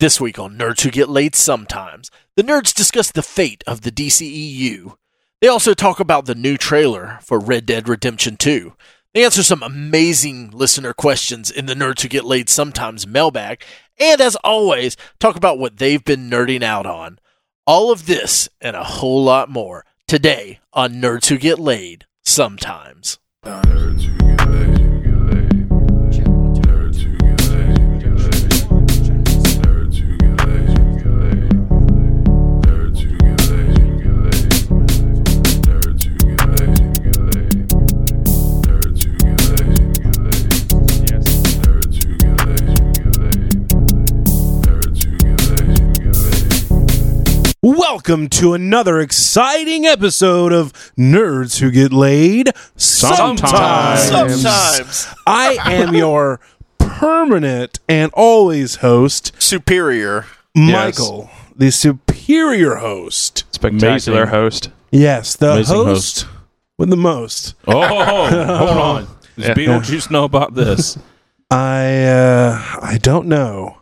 This week on Nerds Who Get Laid Sometimes, the nerds discuss the fate of the DCEU. They also talk about the new trailer for Red Dead Redemption 2. They answer some amazing listener questions in the Nerds Who Get Laid Sometimes mailbag, and as always, talk about what they've been nerding out on. All of this and a whole lot more today on Nerds Who Get Laid Sometimes. Nerds who get laid, nerds who get laid, nerds who get laid, nerds who get laid, nerds who get laid, nerds who get laid, nerds who get laid, nerds who get laid. Welcome to another exciting episode of Nerds Who Get Laid Sometimes. Sometimes. Sometimes. I am your permanent and always host, Superior. Yes. Michael, the superior host. Spectacular host. Yes, the Amazing host, host. with the most. Oh, hold on. Does Beetlejuice know about this? I uh, I don't know.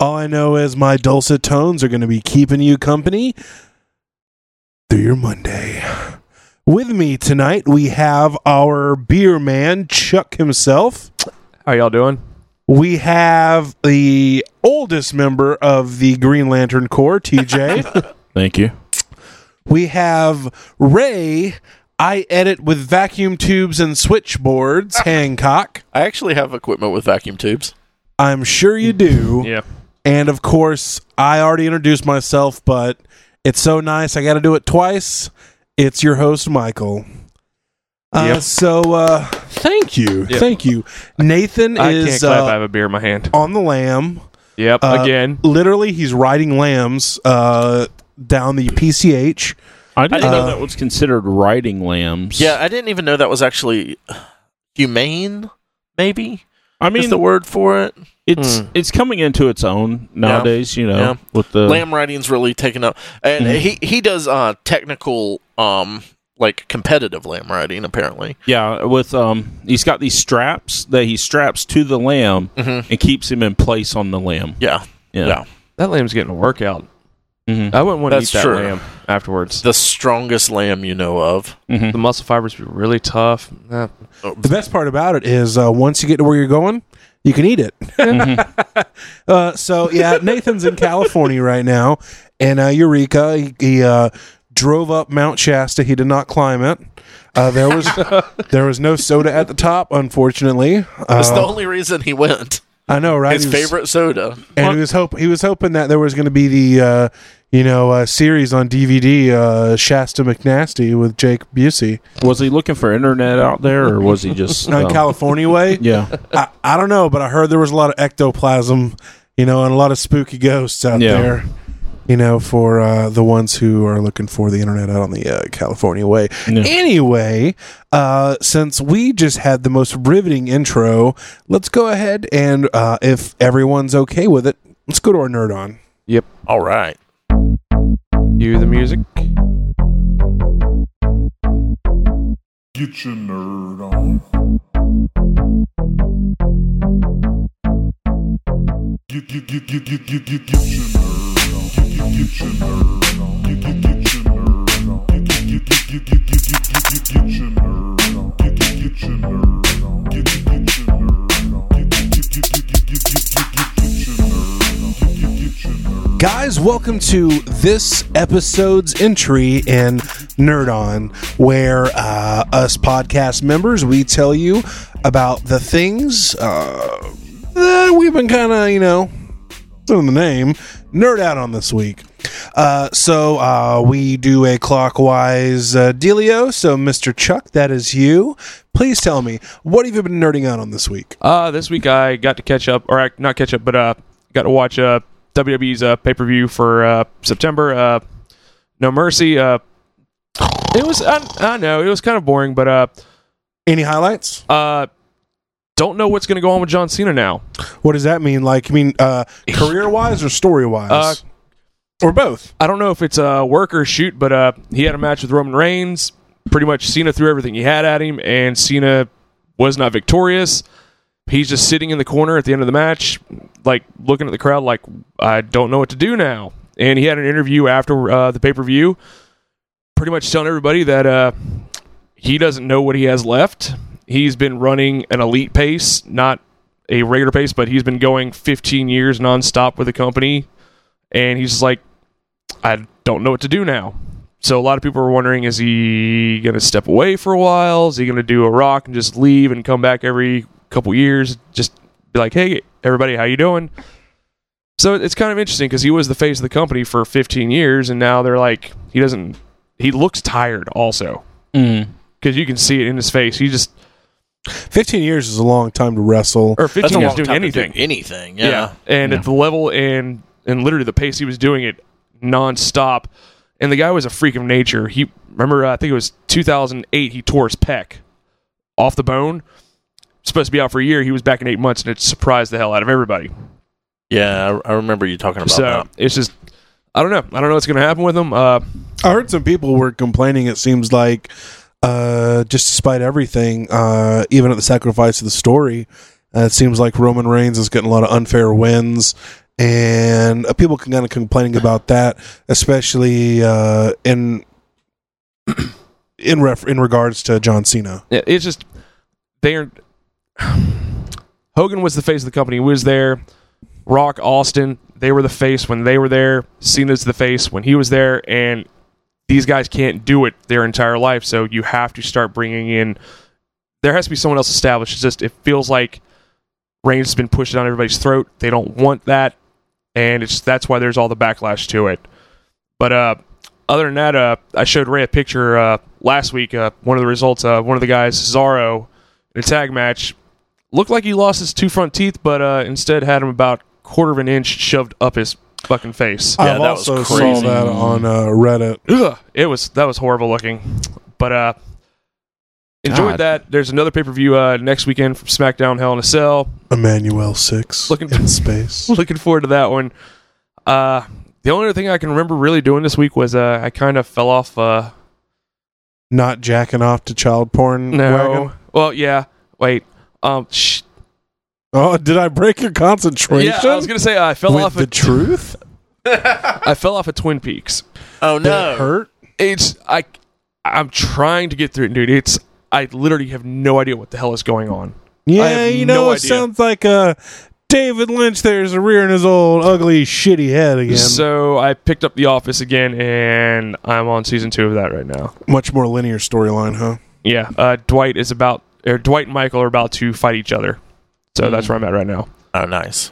All I know is my dulcet tones are going to be keeping you company through your Monday. With me tonight, we have our beer man, Chuck himself. How y'all doing? We have the oldest member of the Green Lantern Corps, TJ. Thank you. we have Ray. I edit with vacuum tubes and switchboards, Hancock. I actually have equipment with vacuum tubes. I'm sure you do. Yeah. And of course, I already introduced myself, but it's so nice. I got to do it twice. It's your host, Michael. Uh, Yep. So uh, thank you. Yep. Thank you. Nathan I can't is clap. I uh, have a beer in my hand. on the lamb. Yep. Uh, again. Literally, he's riding lambs uh, down the PCH. I didn't know that was considered riding lambs. Yeah, I didn't even know that was actually humane, maybe? I I mean, mean is the word for it? it's Hmm. it's coming into its own nowadays. You know, Yeah. with uh, the lamb writing's really taken up and mm-hmm. Mhm. he he does uh technical um like competitive lamb writing apparently yeah, with um, he's got these straps that he straps to the lamb Mhm. and keeps him in place on the lamb. yeah Yeah, Yeah. That lamb's getting a workout. Mhm. I wouldn't want to That's eat that true. lamb afterwards. The, the strongest lamb you know of Mhm. muscle fibers be really tough. Uh, The best part about it is uh, once you get to where you're going, you can eat it. uh, so yeah, Nathan's in California right now, and uh, Eureka he, he uh, drove up Mount Shasta. He did not climb it. Uh, there was there was no soda at the top, unfortunately. that's the Uh, only reason he went I know, right? his He was- favorite soda and he was hope he was hoping that there was going to be the uh, you know uh, series on DVD uh, Shasta McNasty with Jake Busey Was he looking for internet out there, or was he just on um, California Way. Yeah, I, I don't know, but I heard there was a lot of ectoplasm, you know, and a lot of spooky ghosts out Yeah. there. You know, for uh, the ones who are looking for the internet out on the uh, California way. Yeah. Anyway, uh, since we just had the most riveting intro, let's go ahead and uh, if everyone's okay with it, let's go to our nerd on. yep. all right You the music. Get your nerd on. Get, get, get, get, get, get, get, get your nerd on. Get, get, get your nerd on. Get, get, get your nerd on. Get, get, get, get, get, get, get, get, get, get your nerd on. Get, get, get your nerd on. Get, get, get your nerd on. Get, get, get, get, get, get, get, get, get, get, get your nerd on. Get, get, get your nerd on. Guys, welcome to this episode's entry in Nerd On, where uh, us podcast members we tell you about the things uh, that we've been kind of, you know, it's in the name, nerd out on this week. Uh, so uh, we do a clockwise uh, dealio. So, Mr. Chuck, that is you. Please tell me what have you been nerding out on this week? Uh, this week I got to catch up, or I, not catch up, but uh, got to watch uh WWE's uh pay per view for uh September. Uh, No Mercy. Uh, it was I, I know it was kind of boring, but uh, Any highlights? uh, don't know what's going to go on with John Cena now. What does that mean? Like, I mean, uh, career wise or story wise? Uh, or both? I don't know if it's a work or shoot, but uh, he had a match with Roman Reigns. Pretty much, Cena threw everything he had at him, and Cena was not victorious. he's just sitting in the corner at the end of the match, like looking at the crowd, like I don't know what to do now. And he had an interview after uh, the pay per view, pretty much telling everybody that uh, he doesn't know what he has left. He's been running an elite pace, not a regular pace, but he's been going 15 years nonstop with the company, and he's just like, I don't know what to do now. So a lot of people are wondering: Is he going to step away for a while? Is he going to do a rock and just leave and come back every couple years? Just be like, "Hey, everybody, how you doing?" So it's kind of interesting because he was the face of the company for 15 years, and now they're like, he doesn't. He looks tired, also, Mm. because you can see it in his face. He just 15 years is a long time to wrestle. or 15 years long doing time to do anything. anything, yeah. And at the level and and literally the pace he was doing it nonstop. And the guy was a freak of nature. He remember uh, I think it was 2008 he tore his pec off the bone. Supposed to be out for a year. He was back in eight months, and it surprised the hell out of everybody. Yeah, I, I remember you talking about so that. it's just I don't know. I don't know what's going to happen with him. Uh, I heard some people were complaining. It seems like, uh, just despite everything, uh, even at the sacrifice of the story, uh, it seems like Roman Reigns is getting a lot of unfair wins, and uh, people can kind of complaining about that, especially uh, in in ref- in regards to John Cena. Yeah, it's just they are. Hogan was the face of the company. He was there. Rock Austin, they were the face when they were there. Cena's the face when he was there, and these guys can't do it their entire life. So you have to start bringing in. There has to be someone else established. It's just it feels like Reigns has been pushed down everybody's throat. They don't want that, and it's that's why there's all the backlash to it. But uh, other than that, uh, I showed Ray a picture uh, last week. Uh, one of the results, uh, one of the guys, Cesaro, in a tag match, looked like he lost his two front teeth, but uh, instead had him about quarter of an inch shoved up his fucking face. Yeah, I've that was also saw crazy. that on uh, Reddit. Ugh, it was that was horrible looking, but uh, enjoyed God. that. There's another pay per view uh, next weekend from SmackDown Hell in a Cell. Emmanuel Six Looking- in space. Looking forward to that one. Uh, the only other thing I can remember really doing this week was uh, I kind of fell off. Uh, not jacking off to child porn. no, Mm, wagon? well, yeah, wait. Um, sh- Oh, did I break your concentration? Yeah, I was gonna say uh, I fell with off. the A, truth. I fell off a Twin Peaks. Oh Did it no. hurt. It's I, I'm trying to get through it, dude. It's I literally have no idea what the hell is going on. I Yeah, have you no know, it idea. sounds like uh, David Lynch there's a rear in his old ugly shitty head again. So I picked up The Office again, and I'm on season two of that right now. Much more linear storyline, huh? Yeah, uh, Dwight is about, or Dwight and Michael are about to fight each other. So that's where I'm at right now. Oh nice.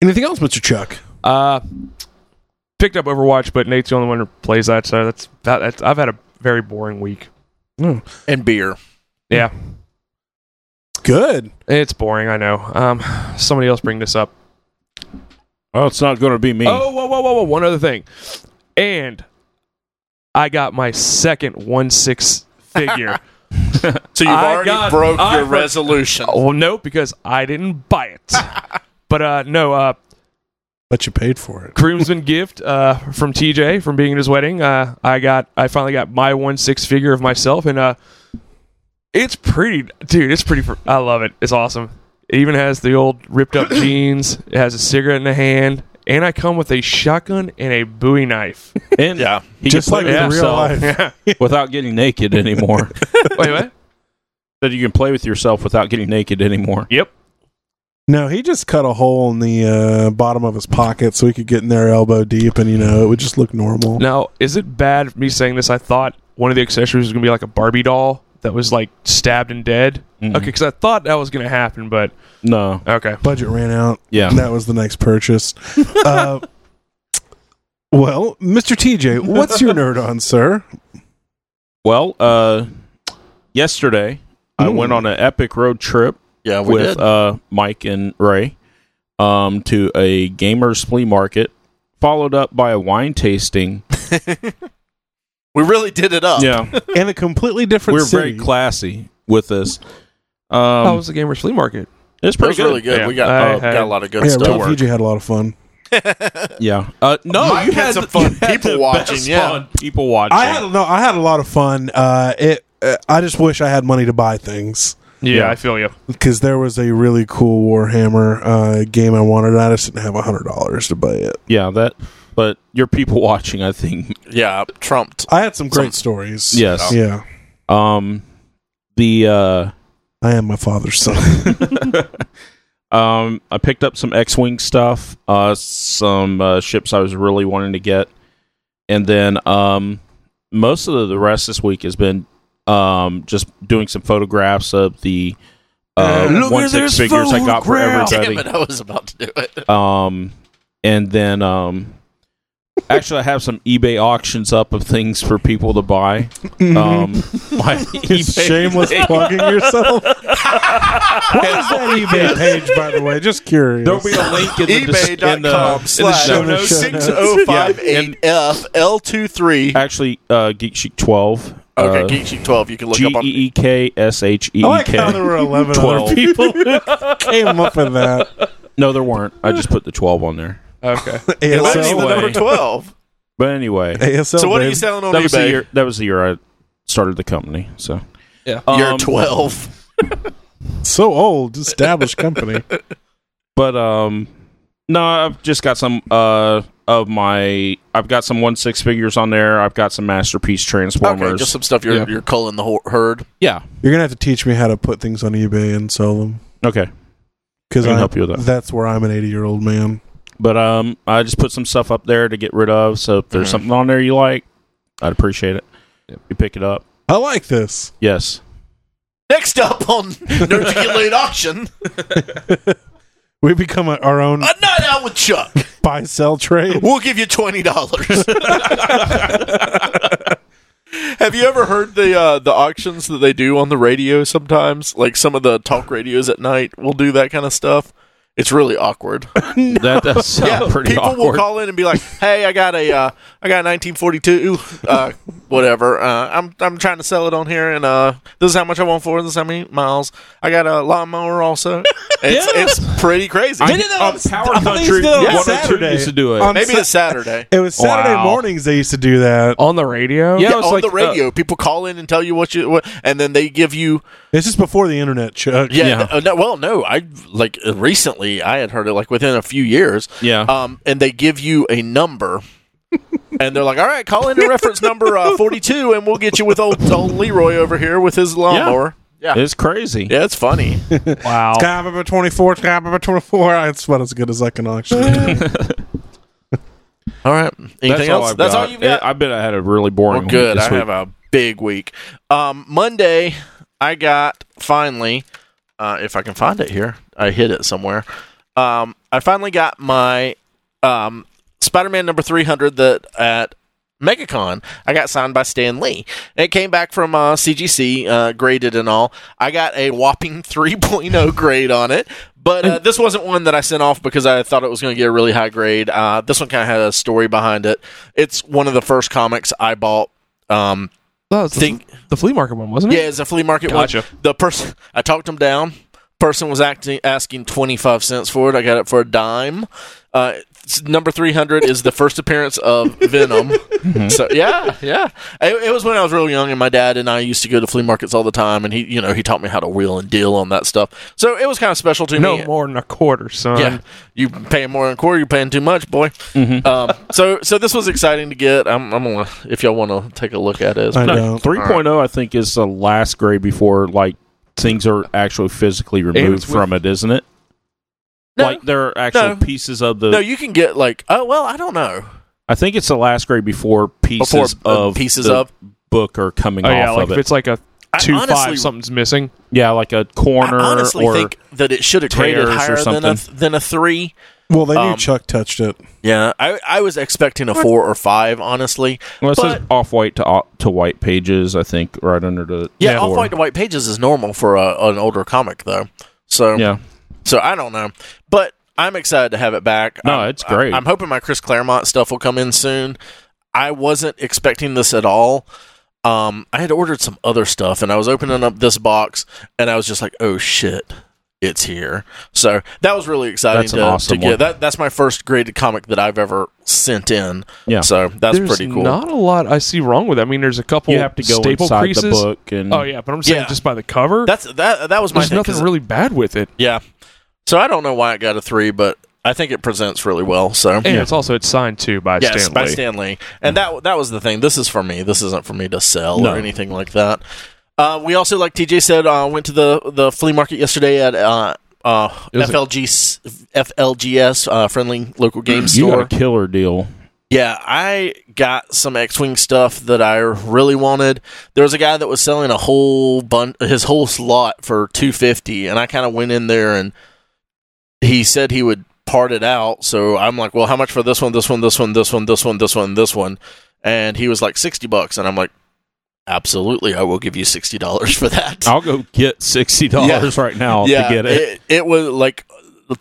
Anything else, Mr. Chuck? Uh, picked up Overwatch, but Nate's the only one who plays that. So that's that. That's, I've had a very boring week. And beer. Hmm. Yeah, Good. it's boring. I know. Um, somebody else bring this up. Well, it's not going to be me. Oh, whoa, whoa, whoa, whoa! One other thing, and I got my second one six figure. So you've I already got- broke I Oh. your for- resolution. well, no, because I didn't buy it. but uh, no, uh, But you paid for it. groomsman gift uh, from TJ from being at his wedding. Uh, I got, I finally got my one six figure of myself, and uh, it's pretty, dude. It's pretty. fr- I love it. It's awesome. It even has the old ripped up jeans. It has a cigarette in the hand, and I come with a shotgun and a Bowie knife. And Yeah. he Just can like play in with real himself life. Yeah. without getting naked anymore. Wait, what? that you can play with yourself without getting naked anymore. Yep. No, he just cut a hole in the uh, bottom of his pocket so he could get in there elbow deep, and you know it would just look normal. Now, is it bad for me saying this? I thought one of the accessories was going to be like a Barbie doll that was like stabbed and dead. Mm. Okay, because I thought that was going to happen, but No. okay. Budget ran out. Yeah. That was the next purchase. uh, well, Mr. TJ, what's your nerd on, sir? Well, uh, yesterday I Mm. went on an epic road trip Yeah, Hmm. Oh, we with did. uh, Mike and Ray um, to a gamers flea market, followed up by a wine tasting. we really did it up. yeah, In a completely we different were city. very classy with this. Um, How was the Gamers Flea Market? it's That pretty was really good. Yeah. We got I uh, had- got a lot of good yeah, stuff. Ralph TJ had a lot of fun. yeah. Uh, no, Mike you had had some the- fun you had people the watching, best yeah. fun people watching. I had no, I had a lot of fun. Uh, it, uh, I just wish I had money to buy things. Yeah, Yeah. I feel you. because there was a really cool Warhammer uh, game I wanted. I just didn't have hundred dollars to buy it. Yeah, that. But your people watching, I think. Yeah, trumped. I had some great Some- stories. Yes. yeah. Um, the uh, I am my father's son. um, I picked up some X-wing stuff, uh, some uh, ships I was really wanting to get, and then um, most of the, the rest this week has been um just doing some photographs of the uh, Look at one this six figures I got for photograph. everybody. Damn it, I was about to do it. Um, and then um, actually, I have some eBay auctions up of things for people to buy. Um, my eBay Mm-hmm. Shameless thing- plugging yourself. what is that eBay page, by the way? Just curious. There'll be a link in the, dis- in the, in eBay.com the slash show in the notes. show notes. 6058FL23. Actually, uh, Geek Chic 12. Okay, uh, Geek Chic 12. You can look G up on Oh, E E K S H I E E like how there K. were eleven Twelve. other people who came up with that. No, there weren't. I just put the 12 on there. Okay. It might be the way. ASL. number 12. But anyway, ASL. so what are babe. you selling on E that was, the eBay? year, that was the year I started the company. So Yeah. Um, You're 12. So old, established company. But um no, I've just got some uh of my I've got some one six figures on there. I've got some masterpiece transformers. Okay, just some stuff you're, Yeah. you're culling the ho- herd. yeah. You're gonna have to teach me how to put things on eBay and sell them Okay. because I can help you with that. That's where I'm an 80 year old man. But um I just put some stuff up there to get rid of. So if there's Mhm. something on there you like, I'd appreciate it. You pick it up. I like this. Yes. Next up on Nerds Who Get Late Auction, We become a, our own a night out with Chuck. buy sell trade. We'll give you twenty dollars. Have you ever heard the uh, the auctions that they do on the radio sometimes? Like some of the talk radios at night will do that kind of stuff. It's really awkward. That does sound pretty people will awkward. call in and be like, "Hey, I got a uh, I got a 1942, uh, whatever. Uh, I'm I'm trying to sell it on here, and uh, this is how much I want for it. This is how many miles. I got a lawnmower also. It's it's pretty crazy. I, Um, on Power Country did it on 102 Saturday. used to do it. On- Maybe it's Saturday. It was Saturday Wow. mornings they used to do that. On the radio? yeah, Yeah, it was on like, the uh, radio, people call in and tell you what you what, and then they give you. This is before the internet, Chuck. Yeah, Yeah. uh, no, well, no, I like uh, recently I had heard it like within a few years. Yeah. um, and they give you a number, and they're like, "All right, call in a reference number uh, forty-two, and we'll get you with old, old Leroy over here with his lawnmower." Yeah, yeah, it's crazy. it's funny. Wow. Sky Baba 24, Sky Baba 24. It's about as good as I can auction. it. All right, anything That's all else? I've That's got. all you've got. I I bet I had a really boring Well, week good. this I week. have a big week. Um, Monday, I got finally, uh, if I can find it here, I hid it somewhere. Um, I finally got my um, Spider-Man number three hundred that at MegaCon I got signed by Stan Lee. And it came back from uh, CGC uh, graded and all. I got a whopping 3.0 grade on it. But uh, this wasn't one that I sent off because I thought it was going to get a really high grade. Uh, this one kind of had a story behind it. It's one of the first comics I bought. Um, That was the, think- the flea market one, wasn't it? yeah, it's a flea market Gotcha. one. The person I talked him down. Person was acting asking twenty five cents for it. I got it for a dime. Uh, s- number three hundred is the first appearance of Venom. Mm-hmm. So yeah, yeah. It, it was when I was real young, and my dad and I used to go to flea markets all the time, and he, you know, he taught me how to wheel and deal on that stuff. So it was kind of special to No me. more than a quarter, son. Yeah, you paying more than a quarter. You're paying too much, boy. Mm-hmm. Um, so, so this was exciting to get. I'm, I'm gonna, if y'all want to take a look at it, it's I No, don't. 3.0 I think is the last grade before like things are actually physically removed was with- from it, isn't it? No. like there are actual No. pieces of the No, you can get like oh well, I don't know. I think it's the last grade before pieces Before uh, of pieces the of book are coming Oh, off yeah. Like of if it. it's like a I two honestly- five, something's missing. Yeah, like a I corner honestly or think that it should have graded tears or higher than a something. than a three. Well, they knew Um, Chuck touched it. Yeah, I I was expecting a four or five, honestly. well, it says but- off white to o- to white pages. I think right under the Yeah, or- off white to white pages is normal for a, an older comic though. So Yeah, so I don't know, but I'm excited to have it back. No, I'm- it's great. I'm hoping my Chris Claremont stuff will come in soon. I wasn't expecting this at all. Um, I had ordered some other stuff, and I was opening up this box, and I was just like, "Oh shit." it's here. So that was really exciting That's an to, awesome to get. one. That that's my first graded comic that I've ever sent in. Yeah. So that's there's pretty cool. Not a lot I see wrong with. It. I mean, there's a couple you have to go staple inside creases. the book and Oh yeah, but I'm saying Yeah. just by the cover, that's that that was my there's thing, nothing 'cause- really bad with it. Yeah. So I don't know why it got a three, but I think it presents really well. So And it's also it's signed too by Yes, Stanley. by Stanley. And that that was the thing. This is for me. This isn't for me to sell No. or anything like that. Uh, we also, like TJ said, uh, went to the the flea market yesterday at uh, uh, It was a- FLGS, FLGS uh, friendly local game you got store. a killer deal. Yeah, I got some X-wing stuff that I really wanted. There was a guy that was selling a whole bun, his whole slot for two fifty, and I kind of went in there and he said he would part it out. So I'm like, well, how much for this one, this one, this one, this one, this one, this one, this one, and he was like sixty bucks, and I'm like, absolutely, I will give you sixty dollars for that. I'll go get sixty dollars right now yeah, to get it. it was like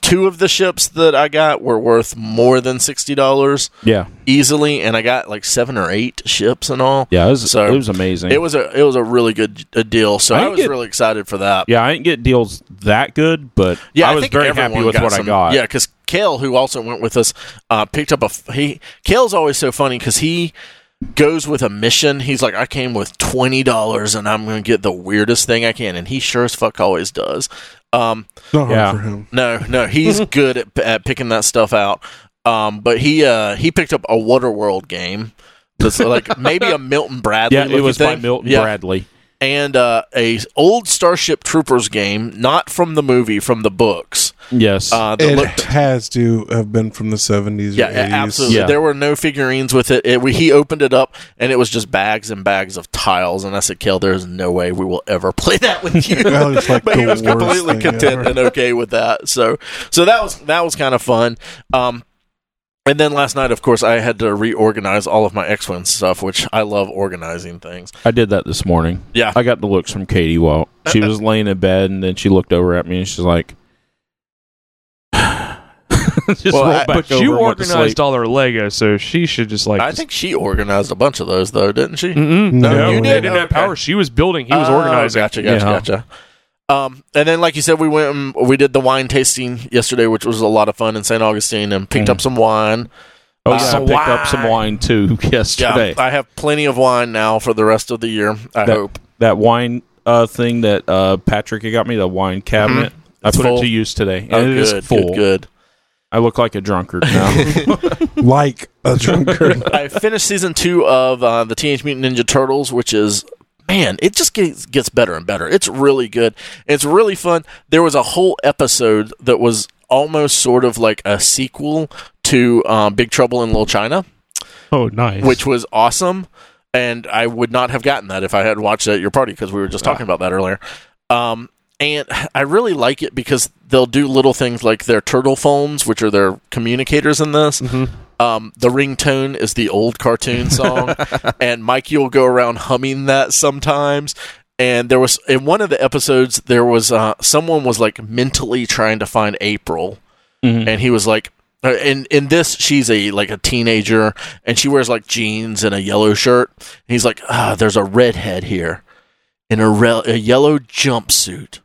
two of the ships that I got were worth more than sixty dollars Yeah, easily, and I got like seven or eight ships and all. yeah, it was, So- it was amazing. It was a it was a really good uh, deal, so I I, didn't was get- really excited for that. yeah, I didn't get deals that good, but Yeah, I was think very happy everyone with what I some- got. Yeah, because Kale, who also went with us, uh, picked up a f- he. Kale's always so funny because he goes with a mission. He's like, I came with twenty dollars, and I'm going to get the weirdest thing I can, and he sure as fuck always does. Um, It's not hard Yeah. for him. No, no, he's good at, at picking that stuff out. Um, but he uh, he picked up a Waterworld game. That's like maybe a Milton Bradley. yeah, it looking was by thing. Milton Yeah, Bradley. and uh, a old Starship Troopers game, not from the movie, from the books. Yes, Uh, that It looked, has to have been from the 70s yeah, or a- 80s. absolutely. Yeah. There were no figurines with it. it we, he opened it up, and it was just bags and bags of tiles. And I said, "Kill, there's no way we will ever play that with you." That was like but he the was worst completely thing content ever. and okay with that. So, so that was that was kind of fun. Um, and then last night, of course, I had to reorganize all of my X-Wing stuff, which I love organizing things. I did that this morning. Yeah. I got the looks from Katie while she was laying in bed, and then she looked over at me and she's like, just Well, rolled I- back but you over and went to organized sleep. all her Lego, so she should just like. I just- think she organized a bunch of those, though, didn't she? Mm-mm. No, no, you they did? didn't have Okay. power. She was building. He was Oh, organizing. Gotcha, gotcha, Yeah. gotcha. Um, and then, like you said, we went and we did the wine tasting yesterday, which was a lot of fun in St. Augustine, and Mm. picked up some wine. Oh, Uh, yeah, I some picked up some wine too yesterday. Yeah, I have plenty of wine now for the rest of the year. I that, hope. that wine uh, thing that uh, Patrick had got me, the wine cabinet. I It's put full. it to use today, and Oh, it is good, full. good, good. I look like a drunkard now. like a drunkard. I finished season two of uh, the Teenage Mutant Ninja Turtles, which is man, it just gets, gets better and better. It's really good. It's really fun. There was a whole episode that was almost sort of like a sequel to um, Big Trouble in Little China, Oh, nice. which was awesome. And I would not have gotten that if I had watched it at your party because we were just talking about that earlier. Um, and I really like it because they'll do little things like their turtle phones, which are their communicators in this. Um, the ringtone is the old cartoon song, and Mikey will go around humming that sometimes. And there was in one of the episodes, there was uh, someone was like mentally trying to find April, Mm-hmm. and he was like, uh, in in this, she's a like a teenager, and she wears like jeans and a yellow shirt. And he's like, ah, there's a redhead here in a, re- a yellow jumpsuit.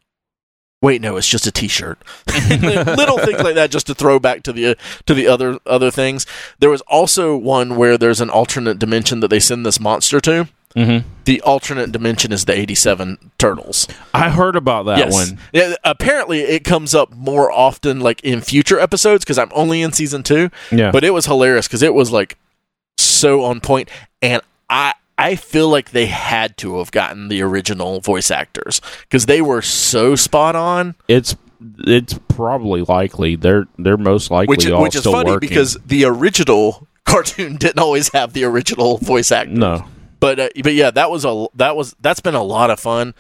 Wait, no, it's just a T-shirt. Little things like that, just to throw back to the to the other other things. There was also one where there's an alternate dimension that they send this monster to. Mhm. The alternate dimension is the '87 Turtles. I heard about that yes, one. yeah. Apparently, it comes up more often, like in future episodes, because I'm only in season two. Yeah, But it was hilarious because it was like so on point, and I I feel like they had to have gotten the original voice actors because they were so spot on. it's it's probably likely they're they're most likely which all which is still funny working. because the original cartoon didn't always have the original voice actor. no, But uh, but yeah, that was a that was that's been a lot of fun.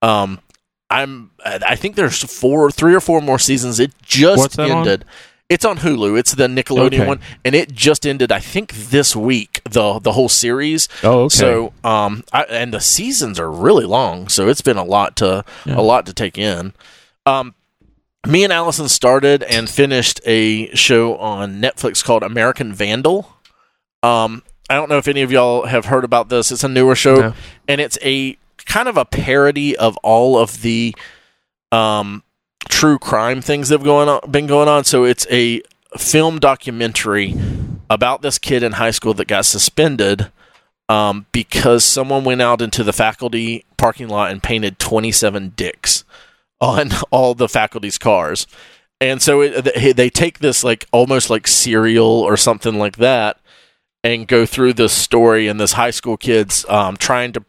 Um, I'm I think there's four, three or four more seasons. It just What's that on? ended. It's on Hulu. It's the Nickelodeon Okay. one, and it just ended. I think this week the the whole series. oh okay, So um, I, and the seasons are really long, so it's been a lot to Yeah. a lot to take in. Um, me and Allison started and finished a show on Netflix called American Vandal. Um, I don't know if any of y'all have heard about this. It's a newer show, No. and it's a kind of a parody of all of the um, true crime things that have going on, been going on. So it's a film documentary about this kid in high school that got suspended um, because someone went out into the faculty parking lot and painted 27 dicks on all the faculty's cars. And so it, they- they take this like almost like serial or something like that and go through this story and this high school kids um, trying to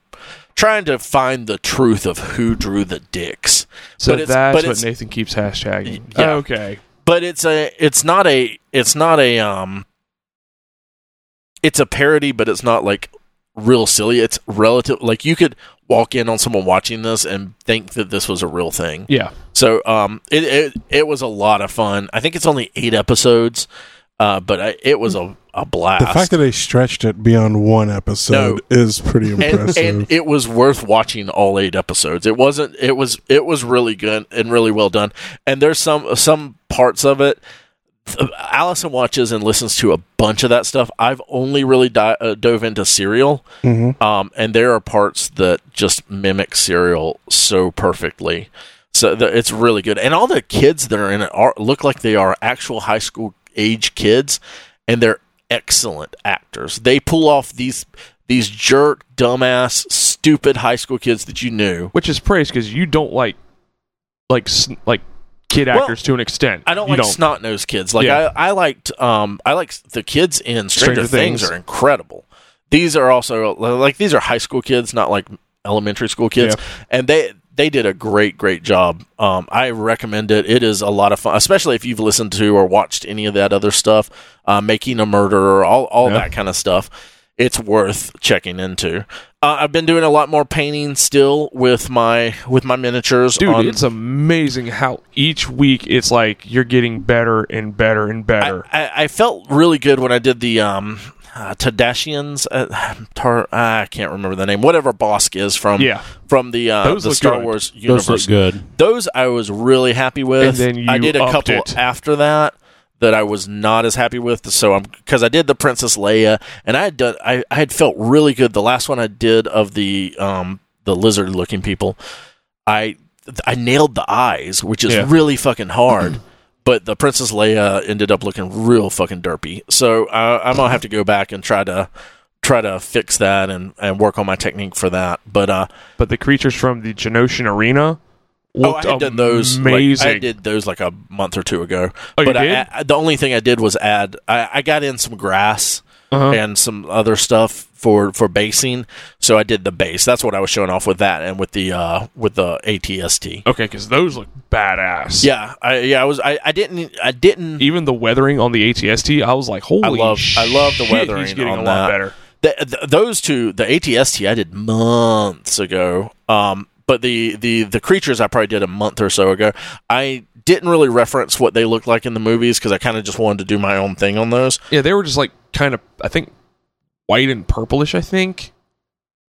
trying to find the truth of who drew the dicks. So But it's- that's but what it's- Nathan keeps hashtagging. Yeah. Okay. but it's a it's not a it's not a um it's a parody but it's not like real silly it's relative like you could walk in on someone watching this and think that this was a real thing Yeah. so um it it, it was a lot of fun i think it's only eight episodes uh but I, it was a, a blast The fact that they stretched it beyond one episode is pretty and, impressive. and it was worth watching all eight episodes. It wasn't. It was. It was really good and really well done. And there's some some parts of it. th- Allison watches and listens to a bunch of that stuff. I've only really di- uh, dove into Serial, Mhm. um, and there are parts that just mimic Serial so perfectly. So the, it's really good, and all the kids that are in it are look like they are actual high school age kids, and they're excellent actors. They pull off these these jerk, dumbass, stupid high school kids that you knew. Which is praise because you don't like like sn- like kid Well, actors to an extent. I don't you like snot nosed kids. Like Yeah. I, I liked um I like the kids in Stranger, Stranger Things. Things. are incredible. These are also like these are high school kids, not like elementary school kids, and they they did a great great job. Um, I recommend it. It is a lot of fun, especially if you've listened to or watched any of that other stuff, uh, Making a Murderer, all all Yeah. that kind of stuff. It's worth checking into. Uh, I've been doing a lot more painting still with my with my miniatures. Dude, on- it's amazing how each week it's like you're getting better and better and better. I, I, I felt really good when I did the um, uh, Tadashians. Uh, tar, I can't remember the name. Whatever Bosk is from yeah. from the uh, Those the look Star good. Wars Those universe. look good. Those I was really happy with. And then I you did a upped couple it. after that that I was not as happy with. So I'm because I did the Princess Leia, and I had done I, I had felt really good. The last one I did of the um the lizard looking people, I I nailed the eyes, which is Yeah. really fucking hard. But the Princess Leia ended up looking real fucking derpy, so uh, I'm gonna have to go back and try to try to fix that and, and work on my technique for that. But uh, But the creatures from the Genosian Arena Oh, I looked had done those. like, amazing. I did those like a month or two ago. Oh, you but I- did? I, the only thing I did was add. I, I got in some grass Uh-huh. and some other stuff for for basing. So I did the base. That's what I was showing off with that and with the uh, with the ATST. Okay, because those look badass. Yeah, I, yeah. I was. I, I didn't. I didn't. Even the weathering on the ATST, I was like, holy love- I love the shit, weathering He's getting on a that. lot better. th- th- those two, the ATST, I did months ago. Um, but the, the the creatures I probably did a month or so ago. I didn't really reference what they looked like in the movies because I kind of just wanted to do my own thing on those. Yeah, they were just like kind of, I think, white and purplish, I think.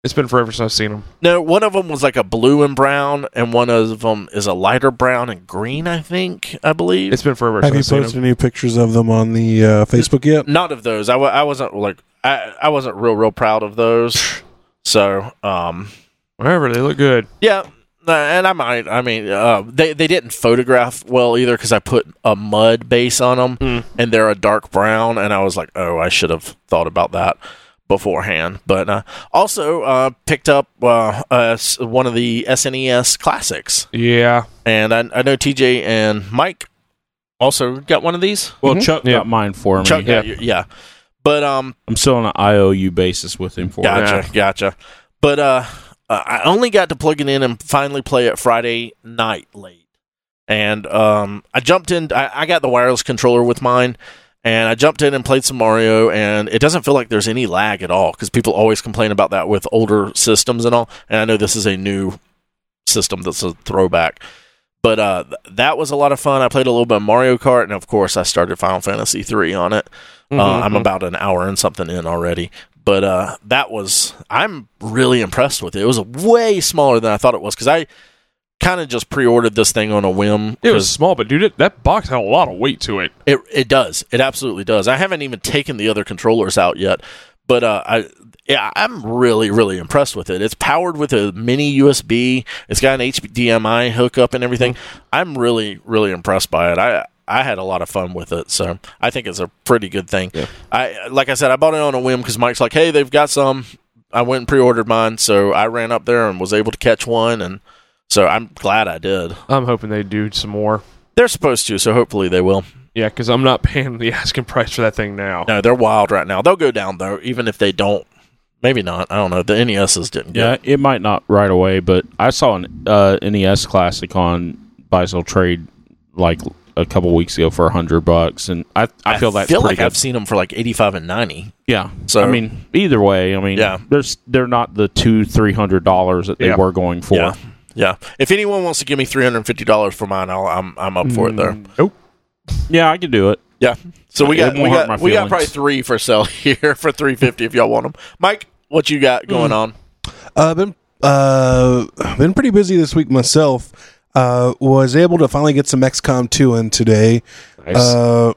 It's been forever since I've seen them. No, one of them was like a blue and brown, and one of them is a lighter brown and green. I think I believe It's been forever Have since you I've seen posted them. any pictures of them on the uh, Facebook yet? not of those. I, w- I wasn't like I, I wasn't real real proud of those. So um, Whatever, they look good. Yeah, uh, and I might. I mean, uh, they they didn't photograph well either because I put a mud base on them, Mm. and they're a dark brown, and I was like, oh, I should have thought about that beforehand. But uh, also uh, picked up uh, uh, s- one of the SNES classics, Yeah. and I, I know TJ and Mike also got one of these. Well, Mhm. Chuck Yeah. got mine for me. Chuck, yeah. yeah. yeah. But um, I'm still on an IOU basis with him for it. Gotcha, gotcha. But uh, uh, I only got to plug it in and finally play it Friday night late. And um, I jumped in. I, I got the wireless controller with mine, and I jumped in and played some Mario. And it doesn't feel like there's any lag at all because people always complain about that with older systems and all. And I know this is a new system that's a throwback. But uh, th- that was a lot of fun. I played a little bit of Mario Kart, and of course, I started Final Fantasy III on it. Mm-hmm, Uh, I'm about an hour and something in already. But uh, that was I'm really impressed with it. It was way smaller than I thought it was because I kind of just pre-ordered this thing on a whim. It was 'cause small, but dude, it, that box had a lot of weight to it. It it does. It absolutely does. I haven't even taken the other controllers out yet. But uh, I yeah, I'm really really impressed with it. It's powered with a mini USB. It's got an HDMI hookup and everything. I'm really really impressed by it. I I had a lot of fun with it, so I think it's a pretty good thing. I like I said, I bought it on a whim because Mike's like, hey, they've got some. I went and pre-ordered mine, so I ran up there and was able to catch one, and so I'm glad I did. I'm hoping they do some more. They're supposed to, so hopefully they will. Yeah, because I'm not paying the asking price for that thing now. No, they're wild right now. They'll go down though, even if they don't. Maybe not. I don't know. The NESs didn't get. Yeah, it might not right away, but I saw an uh, NES Classic on buy sell trade like a couple weeks ago for a hundred bucks, and I I feel that's feel pretty like good. I've seen them for like eighty-five and ninety. yeah, So- so I mean, either way, I mean, Yeah. there's they're not the two three hundred dollars that they Yeah. were going for. Yeah, yeah. If anyone wants to give me three hundred and fifty dollars for mine, I'll, I'm I'm up for it there. Nope. Yeah, I could do it. Yeah. So we Mm. It got won't we hurt got my we got feelings. probably three for sale here for three fifty if y'all want them. Mike, what you got Mm. going on? Uh, been uh, been pretty busy this week myself. Uh, was able to finally get some XCOM 2 in today. Nice. Uh,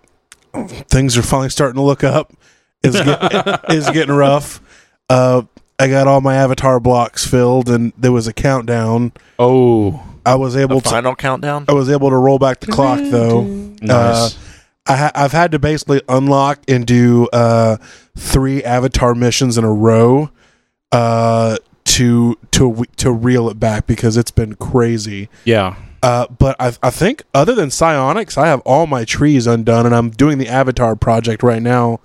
things are finally starting to look up. It's, get, it's getting rough. Uh, I got all my avatar blocks filled, and there was a countdown. oh, I was able to Final countdown. I was able to roll back the clock though. Uh, nice. I ha- I've had to basically unlock and do uh, three avatar missions in a row uh, to to w- to reel it back because it's been crazy. yeah, Uh, but I I think other than psionics, I have all my trees undone, and I'm doing the avatar project right now.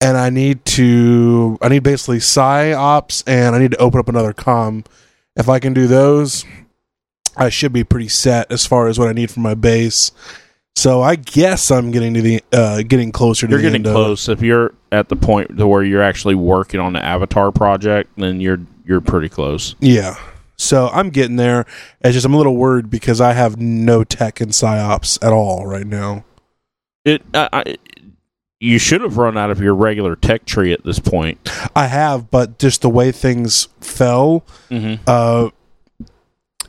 And I need to I need basically psi ops, and I need to open up another com. If I can do those, I should be pretty set as far as what I need for my base. So I guess I'm getting to the uh, getting closer to you're the getting end of it. close. If you're at the point to where you're actually working on the Avatar project, then you're you're pretty close. Yeah. So I'm getting there. It's just I'm a little worried because I have no tech in psyops at all right now. It, I, I, you should have run out of your regular tech tree at this point. I have, but just the way things fell, Mm-hmm. uh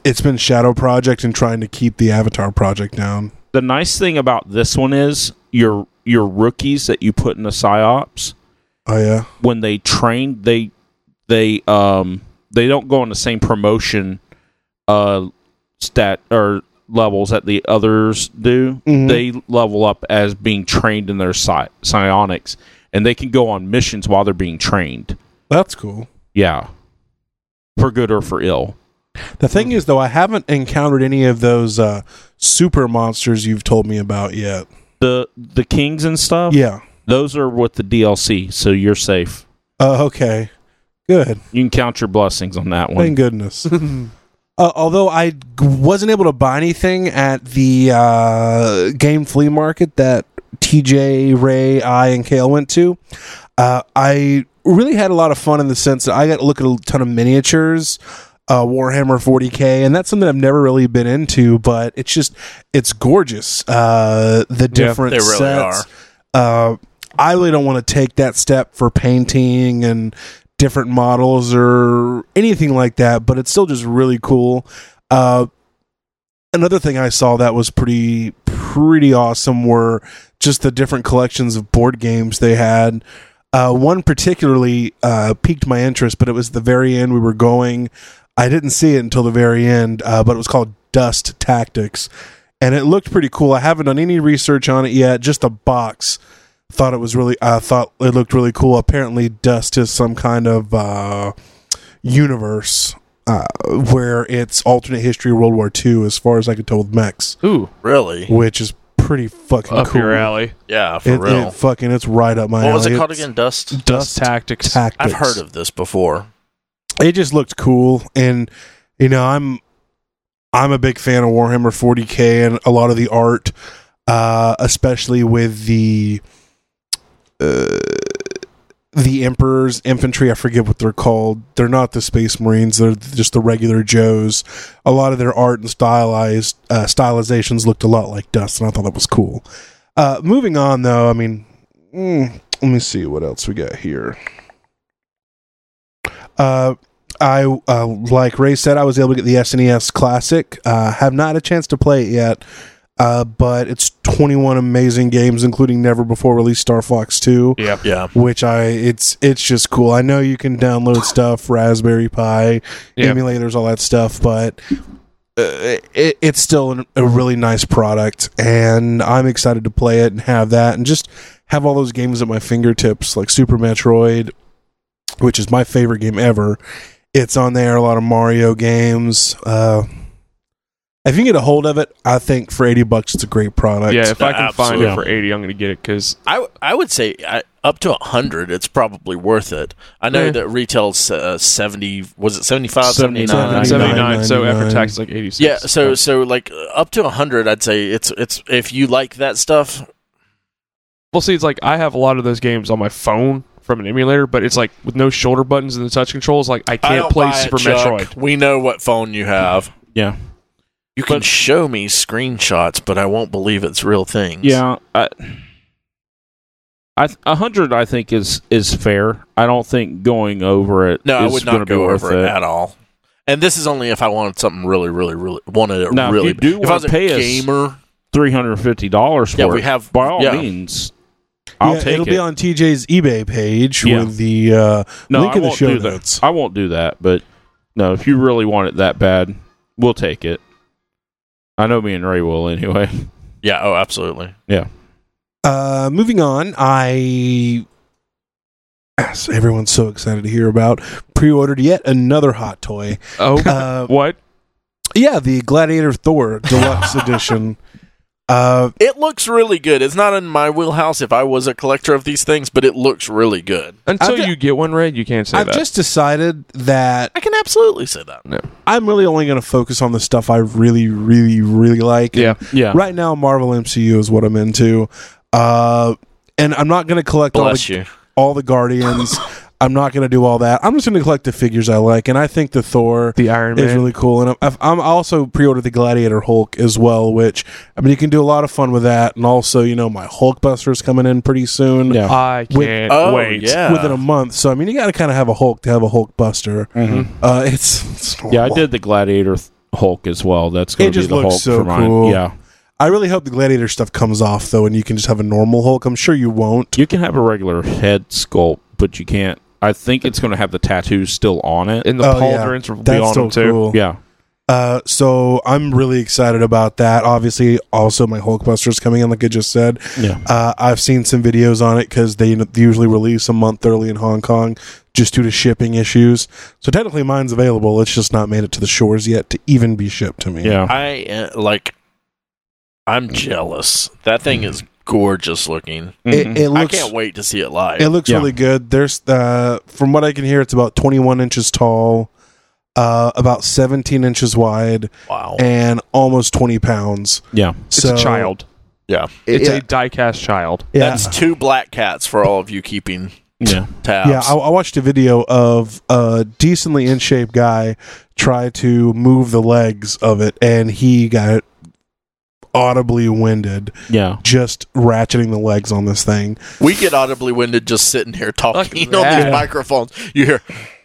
it's been shadow project and trying to keep the avatar project down The nice thing about this one is your your rookies that you put in the psyops oh yeah when they train they they um they don't go on the same promotion uh stat or levels that the others do Mhm. they level up as being trained in their psi- psionics and they can go on missions while they're being trained that's cool yeah for good or for ill the thing is though i haven't encountered any of those uh super monsters you've told me about yet the the kings and stuff yeah those are with the dlc so you're safe uh, okay good you can count your blessings on that one thank goodness Uh, although I g- wasn't able to buy anything at the uh, game flea market that TJ, Ray, I, and Kale went to, uh, I really had a lot of fun in the sense that I got to look at a ton of miniatures, uh, Warhammer 40K, and that's something I've never really been into, but it's just, it's gorgeous. Uh, the different they really sets. Uh, I really don't want to take that step for painting and different models or anything like that, but it's still just really cool. Uh, another thing I saw that was pretty pretty awesome were just the different collections of board games they had. Uh, one particularly uh, piqued my interest, but it was the very end we were going. I didn't see it until the very end, uh, but it was called Dust Tactics, and it looked pretty cool. I haven't done any research on it yet. Just the box thought it was really. I thought it looked really cool. Apparently, dust is some kind of uh, universe uh, where it's alternate history World War II, as far as I could tell with mechs, Ooh, Really? which is pretty fucking up cool. your alley. Yeah, for It, real. it fucking it's right up my what was it alley. called It's again? Dust. Dust tactics. tactics. I've heard of this before. it. Just looked cool, and you know I'm I'm a big fan of Warhammer 40k and a lot of the art, uh, especially with the uh, the Emperor's infantry. I forget what they're called. They're not the Space Marines. They're just the regular Joes. A lot of their art and stylized uh, stylizations looked a lot like Dust, and I thought that was cool. Uh, moving on, though, I mean, mm, let me see what else we got here. Uh, I E uh, like Ray said, I was able to get the SNES Classic. Uh, have not had a chance to play it yet. Uh, but it's 21 amazing games, including never before released Star Fox 2, Yeah. Yeah. which I it's it's just cool. I know you can download stuff, Raspberry Pi, Yeah. emulators, all that stuff, but uh, it, it's still an, a really nice product, and I'm excited to play it and have that, and just have all those games at my fingertips, like Super Metroid, which is my favorite game ever. It's on there, a lot of Mario games. Uh, if you can get a hold of it, I think for 80 bucks, it's a great product. Yeah, if I can find it Absolutely. for 80, I'm going to get it because I, w- I would say I, up to 100 it's probably worth it i know Yeah. that retails uh, 70 was it 75 79. 79 79, so 99. after tax, it's like 86. yeah so so like uh, up to 100 i'd say it's it's if you like that stuff Well, see, it's like I have a lot of those games on my phone from an emulator, but it's like with no shoulder buttons and the touch controls, like I I can't don't play buy it, Super Chuck. Metroid. we know what phone you have Yeah. you can show me screenshots but i won't believe it's real things Yeah, I, I th- a hundred I think is is fair. I don't think going over it. no i is would gonna not be go worth over it, at all and this is only if i wanted something really really really wanted it Now, if really you do if i wanna was a pay us- gamer Three hundred fifty dollars for yeah we it, have By all yeah. means, I'll Yeah, take it'll it. be on TJ's eBay page Yeah. with the uh, no, link I in the won't show do that. notes. I won't do that. But no, if you really want it that bad, we'll take it. I know me and Ray will anyway. yeah oh absolutely Uh, moving on, I. As everyone's so excited to hear about, pre-ordered yet another hot toy. Oh, Uh, what? yeah, the Gladiator Thor Deluxe Edition. Uh, It looks really good. It's not in my wheelhouse if I was a collector of these things, but it looks really good. Until I've ju- you get one red, you can't say I've that. just decided that I can absolutely say that. I'm really only going to focus on the stuff I really, really, really like. yeah, Yeah, Right now, Marvel MCU is what I'm into, uh, and I'm not going to collect all the Bless you. all the Guardians. I'm not going to do all that. I'm just going to collect the figures I like, and I think the Thor the Iron Man. is really cool. And I'm, I've- I'm also pre-ordered the Gladiator Hulk as well, which I mean you can do a lot of fun with that. And also, you know, my Hulkbuster is coming in pretty soon, Yeah. I With- can't Oh, wait. yeah. within a month. So I mean, you got to kind of have a Hulk to have a Hulkbuster. Mhm. Uh, it's, it's yeah. I horrible. did the Gladiator th- Hulk as well. That's It going to be just the looks Hulk so for mine. cool. Yeah, I really hope the Gladiator stuff comes off though, and you can just have a normal Hulk. I'm sure you won't. you can have a regular head sculpt, but you can't. I think it's going to have the tattoos still on it. And the Oh, yeah. pauldrons will be That's on still them too. cool. Yeah, Uh, so I'm really excited about that. Obviously, also my Hulkbuster is coming in, like I just said. yeah. Uh, I've seen some videos on it because they n- usually release a month early in Hong Kong just due to shipping issues. So technically, mine's available. It's just not made it to the shores yet to even be shipped to me. Yeah. I uh, like I'm jealous. That thing is gorgeous looking. Mm-hmm. Mm-hmm. it, it I looks can't wait to see it live. it looks Yeah. really good. There's uh, from what I can hear, it's about 21 inches tall, uh, about 17 inches wide, wow. and almost 20 pounds. yeah. It's so, a child. Yeah. It's yeah. a die-cast child. Yeah. That's two black cats for all of you keeping Yeah. tabs. Yeah, I, I watched a video of a decently in shape guy try to move the legs of it, and he got audibly winded Yeah. just ratcheting the legs on this thing. we get audibly winded just sitting here talking Look at on these that. microphones. You hear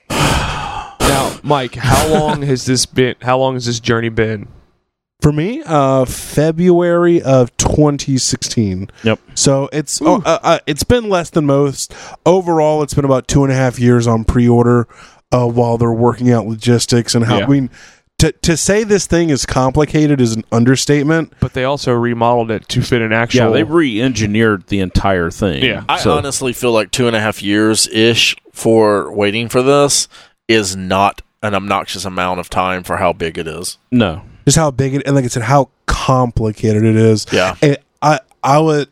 Now, Mike, how long has this been? How long has this journey been? For me, uh, February of 2016. Yep. So it's oh, uh, uh, it's been less than most. Overall, it's been about two and a half years on pre-order, uh, while they're working out logistics and how. Yeah. I mean, to to say this thing is complicated is an understatement. But they also remodeled it to fit an actual. Yeah, they re-engineered the entire thing. Yeah. I so, honestly feel like two and a half years ish for waiting for this is not an obnoxious amount of time for how big it is. no. just how big it and like I said, how complicated it is. Yeah. And I I would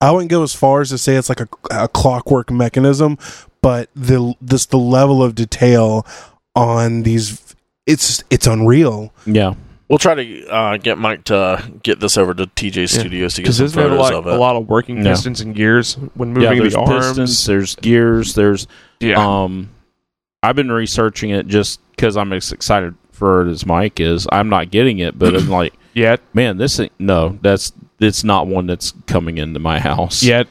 I wouldn't go as far as to say it's like a, a clockwork mechanism, but the this the level of detail on these it's it's unreal. Yeah. We'll try to uh, get Mike to get this over to TJ Yeah. Studios to get because some there's a photos lot, of a it. lot of working No. pistons and gears when Yeah. moving There's the arms. pistons. There's gears. There's yeah, um. I've been researching it just because I'm as excited for it as Mike is. I'm not getting it, but I'm like, yet, man, this ain't, no, that's it's not one that's coming into my house. yet.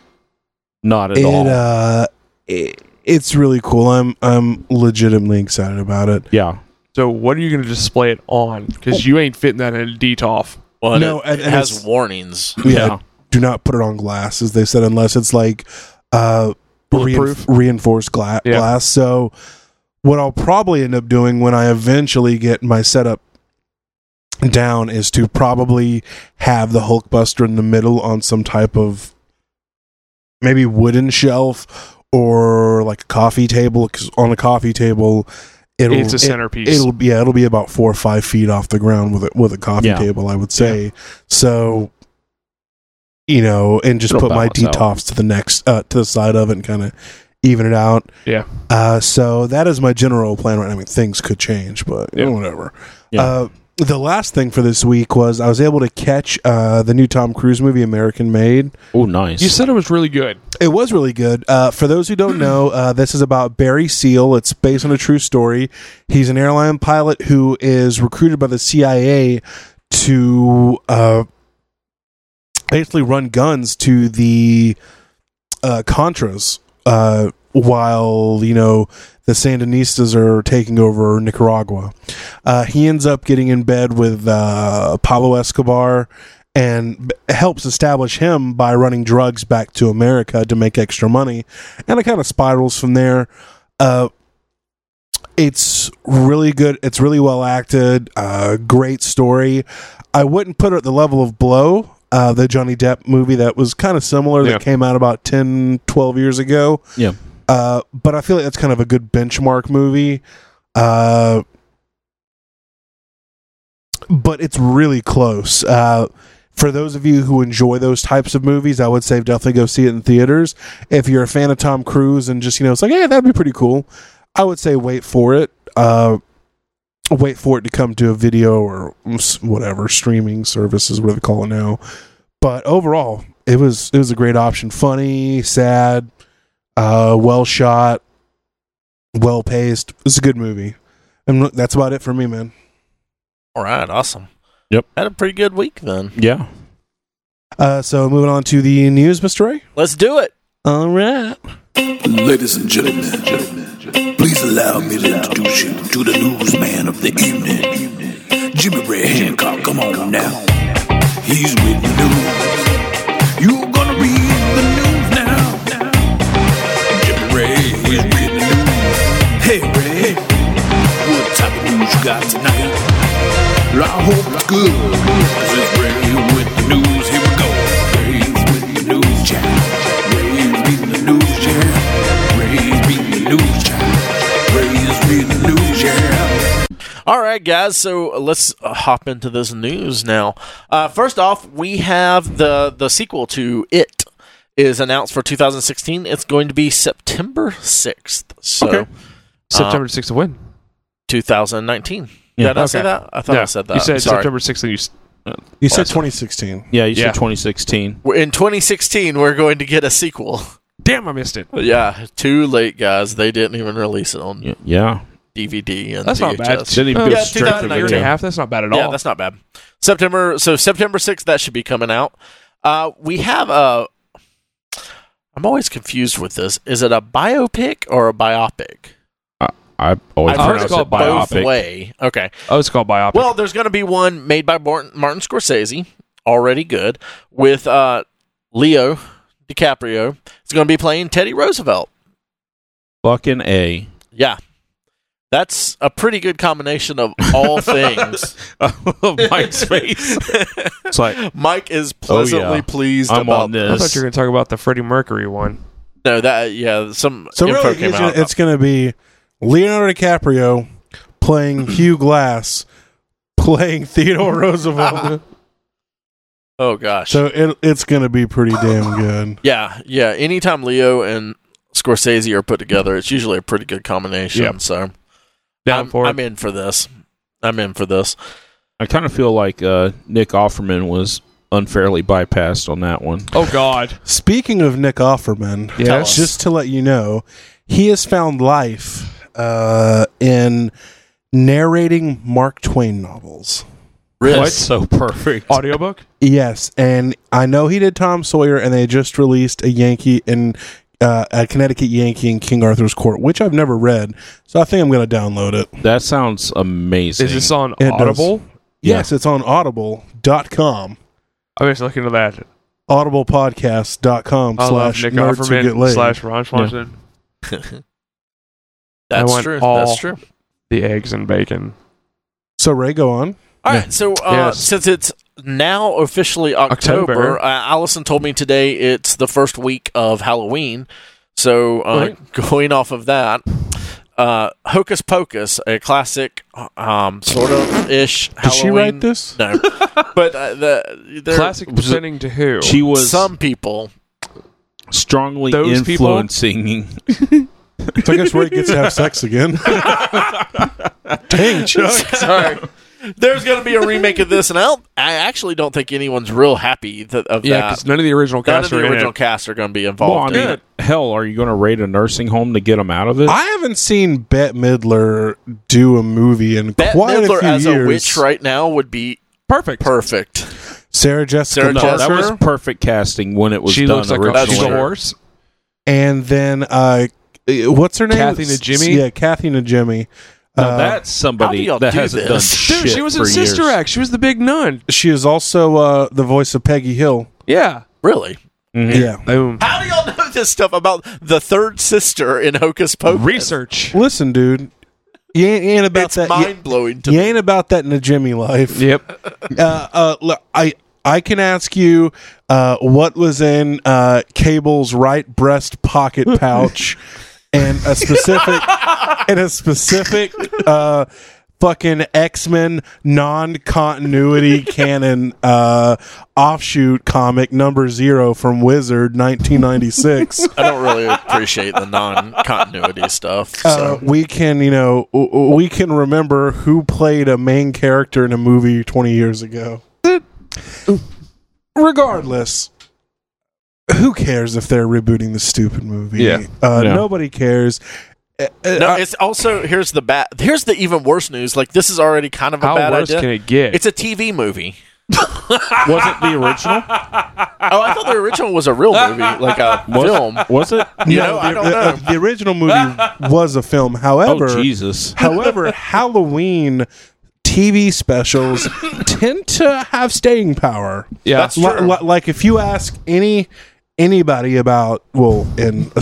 not at It all. uh it, it's really cool. I'm I'm legitimately excited about it. yeah, So, what are you going to display it on? Because you ain't fitting that in a DTOF. Well, and No, it, and- it and has it's- warnings. yeah, do not put it on glass, as they said, unless it's like uh, Bulletproof? reinf- reinforced gla- Yeah. glass. So, what I'll probably end up doing when I eventually get my setup down is to probably have the Hulkbuster in the middle on some type of maybe wooden shelf or like a coffee table. 'cause on a coffee table, it'll, it's a it- centerpiece. It'll be yeah, it'll be about four or five feet off the ground with a with a coffee Yeah. table, I would say. So you know, and just It'll put my balance D out. tops to the next uh, to the side of it and kinda even it out. Yeah. Uh so that is my general plan right now. I mean things could change, but you know, Yeah. whatever. Yeah. Uh the last thing for this week was I was able to catch uh, the new Tom Cruise movie, American Made. Oh, nice. you said it was really Uh, good. It was really good. Uh, for those who don't know, uh, this is about Barry Seal. It's based on a true story. He's an airline pilot who is recruited by the CIA to uh, basically run guns to the uh, Contras uh, while, you know, the Sandinistas are taking over Nicaragua. Uh, he ends up getting in bed with uh, Pablo Escobar and b- helps establish him by running drugs back to America to make extra money. And it kind of spirals from there. Uh, it's really good. It's really well acted. Uh, great story. I wouldn't put it at the level of Blow, uh, the Johnny Depp movie that was kind of similar Yeah. that came out about 10, 12 years ago. Yeah. Uh, but I feel like that's kind of a good benchmark movie. Uh, but it's really close. Uh, for those of you who enjoy those types of movies, I would say definitely go see it in theaters. If you're a fan of Tom Cruise and just you know it's like, hey, that'd be pretty cool. I would say wait for it. Uh, wait for it to come to a video or s- whatever streaming services, whatever they call it now. But overall, it was it was a great option. Funny, sad, uh, well shot, well paced. It's a good movie, and look, that's about it for me, man. All right, awesome. Yep. Had a pretty good week then. yeah. Uh, so moving on to the news, Mister Ray. Let's do it. All right. Ladies and gentlemen, please allow me to introduce you to the newsman of the evening, Jimmy Ray Hancock. Come on now, he's with the news. You're gonna read the news now. Jimmy Ray is with the news. Hey Ray, what type of news you got tonight? Well, I hope it's good. This is Ray with the news. Here we go. Ray's with the news jam. Ray's with the news jam. Ray's with the news jam. Ray's with the news jam. All right, guys. So uh, let's uh, hop into this news now. Uh, first off, we have the the sequel to It is announced for 2016. It's going to be September 6th. So Okay. September sixth of when? 2019. Yeah, Did I say okay. that? I thought I said that. You said Sorry. September sixth. and You s- You said 2016. Yeah, you said Yeah. 2016. We're- In 2016, we're going to get a sequel. damn, I missed Oh, it. yeah, too late, guys. They didn't even release it on Yeah. yeah. DVD and That's not bad. VHS. Didn't even Uh, go Yeah, straight to 2019. year and a video. half. That's not bad at all. Yeah, that's not bad. September, so September 6th, that should be coming out. Uh, we have a. I'm always confused with this. Is it a biopic or a biopic? I always I've heard pronounce it's it called Both both biopic. way. Okay. oh, it's called biopic. Well, there's going to be one made by Martin, Martin Scorsese, already good, with uh, Leo DiCaprio. It's going to be playing Teddy Roosevelt. Fucking A. Yeah. That's a pretty good combination of all things. Mike's face. It's like, Mike Oh, is pleasantly pleased I'm about on I this. thought you were going to talk about the Freddie Mercury one. No, that yeah, some So info really, came it's, out. gonna, it's gonna be Leonardo DiCaprio playing Hugh Glass playing Theodore Roosevelt. oh gosh, so it, it's gonna be pretty damn good. yeah, yeah. Anytime Leo and Scorsese are put together, it's usually a pretty good combination. Yep. So Down I'm, for it. I'm in for this. I'm in for this. I kind of feel like uh, Nick Offerman was unfairly bypassed on that one. oh God. Speaking of Nick Offerman, Tell us. just to let you know, he has found life uh, in narrating Mark Twain novels. Really? That's so perfect. Audiobook. Yes, and I know he did Tom Sawyer, and they just released a Yankee and uh, a Connecticut Yankee in King Arthur's Court, which I've never read, so I think I'm going to download it. That sounds amazing. Is this on It does. Audible? Yes, it's on audible.com. I'm just looking at that. audiblepodcast.com I love slash Nick nerds who get Offerman laid. slash Ron Swanson. That's want true. all- That's true. The eggs and bacon. so Ray, go on. All right. So uh, Yes. since it's now officially October, October. Uh, Allison told me today it's the first week of Halloween. So uh, going off of that, uh, Hocus Pocus, a classic, um, sort of ish. Did she write this? No, but uh, the there- Classic presenting to who? She was some people. strongly Those people? influencing. So I guess Ray gets to have sex again. Dang, Chuck. Sorry. There's going to be a remake of this, and I, don't, I actually don't think anyone's real happy that, of yeah, that. because none of the original None cast of the are in original it. cast are going to be Well, I involved. in mean, it. hell, are you going to raid a nursing home to get them out of it? I haven't seen Bette Midler do a movie in Bette quite a Midler few as years. a witch right now would be Perfect. perfect. Sarah Jessica Sarah no, Jessica- that Parker, was perfect casting when it was she done looks like a, originally. she's a Sure. horse. and then uh, what's her name? Kathy Najimy? Yeah, Kathy Najimy. Now, Uh, that's how do somebody y'all that do hasn't this? done Dude, shit she was for in Sister years. Act. She was the big nun. she is also uh, the voice of Peggy Hill. Yeah. Really? Mm-hmm. Mhm. Yeah. Boom. How do y'all know this stuff about the third sister in Hocus Pocus? Research. Listen, dude, you ain't, you ain't about It's that. mind blowing to you, you me. ain't about that Najimy life. Yep. uh, uh, look, I I can ask you uh, what was in uh, Cable's right breast pocket pouch, and a specific and a specific uh, fucking X Men non continuity canon uh, offshoot comic number zero from Wizard nineteen ninety six. I don't really appreciate the non continuity stuff. Uh, So. we can, you know, w- w- we can remember who played a main character in a movie 20 years ago. Regardless, who cares if they're rebooting the stupid movie? Yeah. Uh, No. Nobody cares. Uh, uh, no, I- it's also here's the bad. Here's the even worse news. Like this is already kind of a How bad worse idea. can it get? It's a TV movie. Was it the original? Oh, I thought the original was a real movie, like a film. Was it? You know, I don't the, uh, know. the original movie was a film. However, Oh Jesus! however, Halloween TV specials tend to have staying power. yeah. That's Li- true. li- like if you ask any anybody about well in a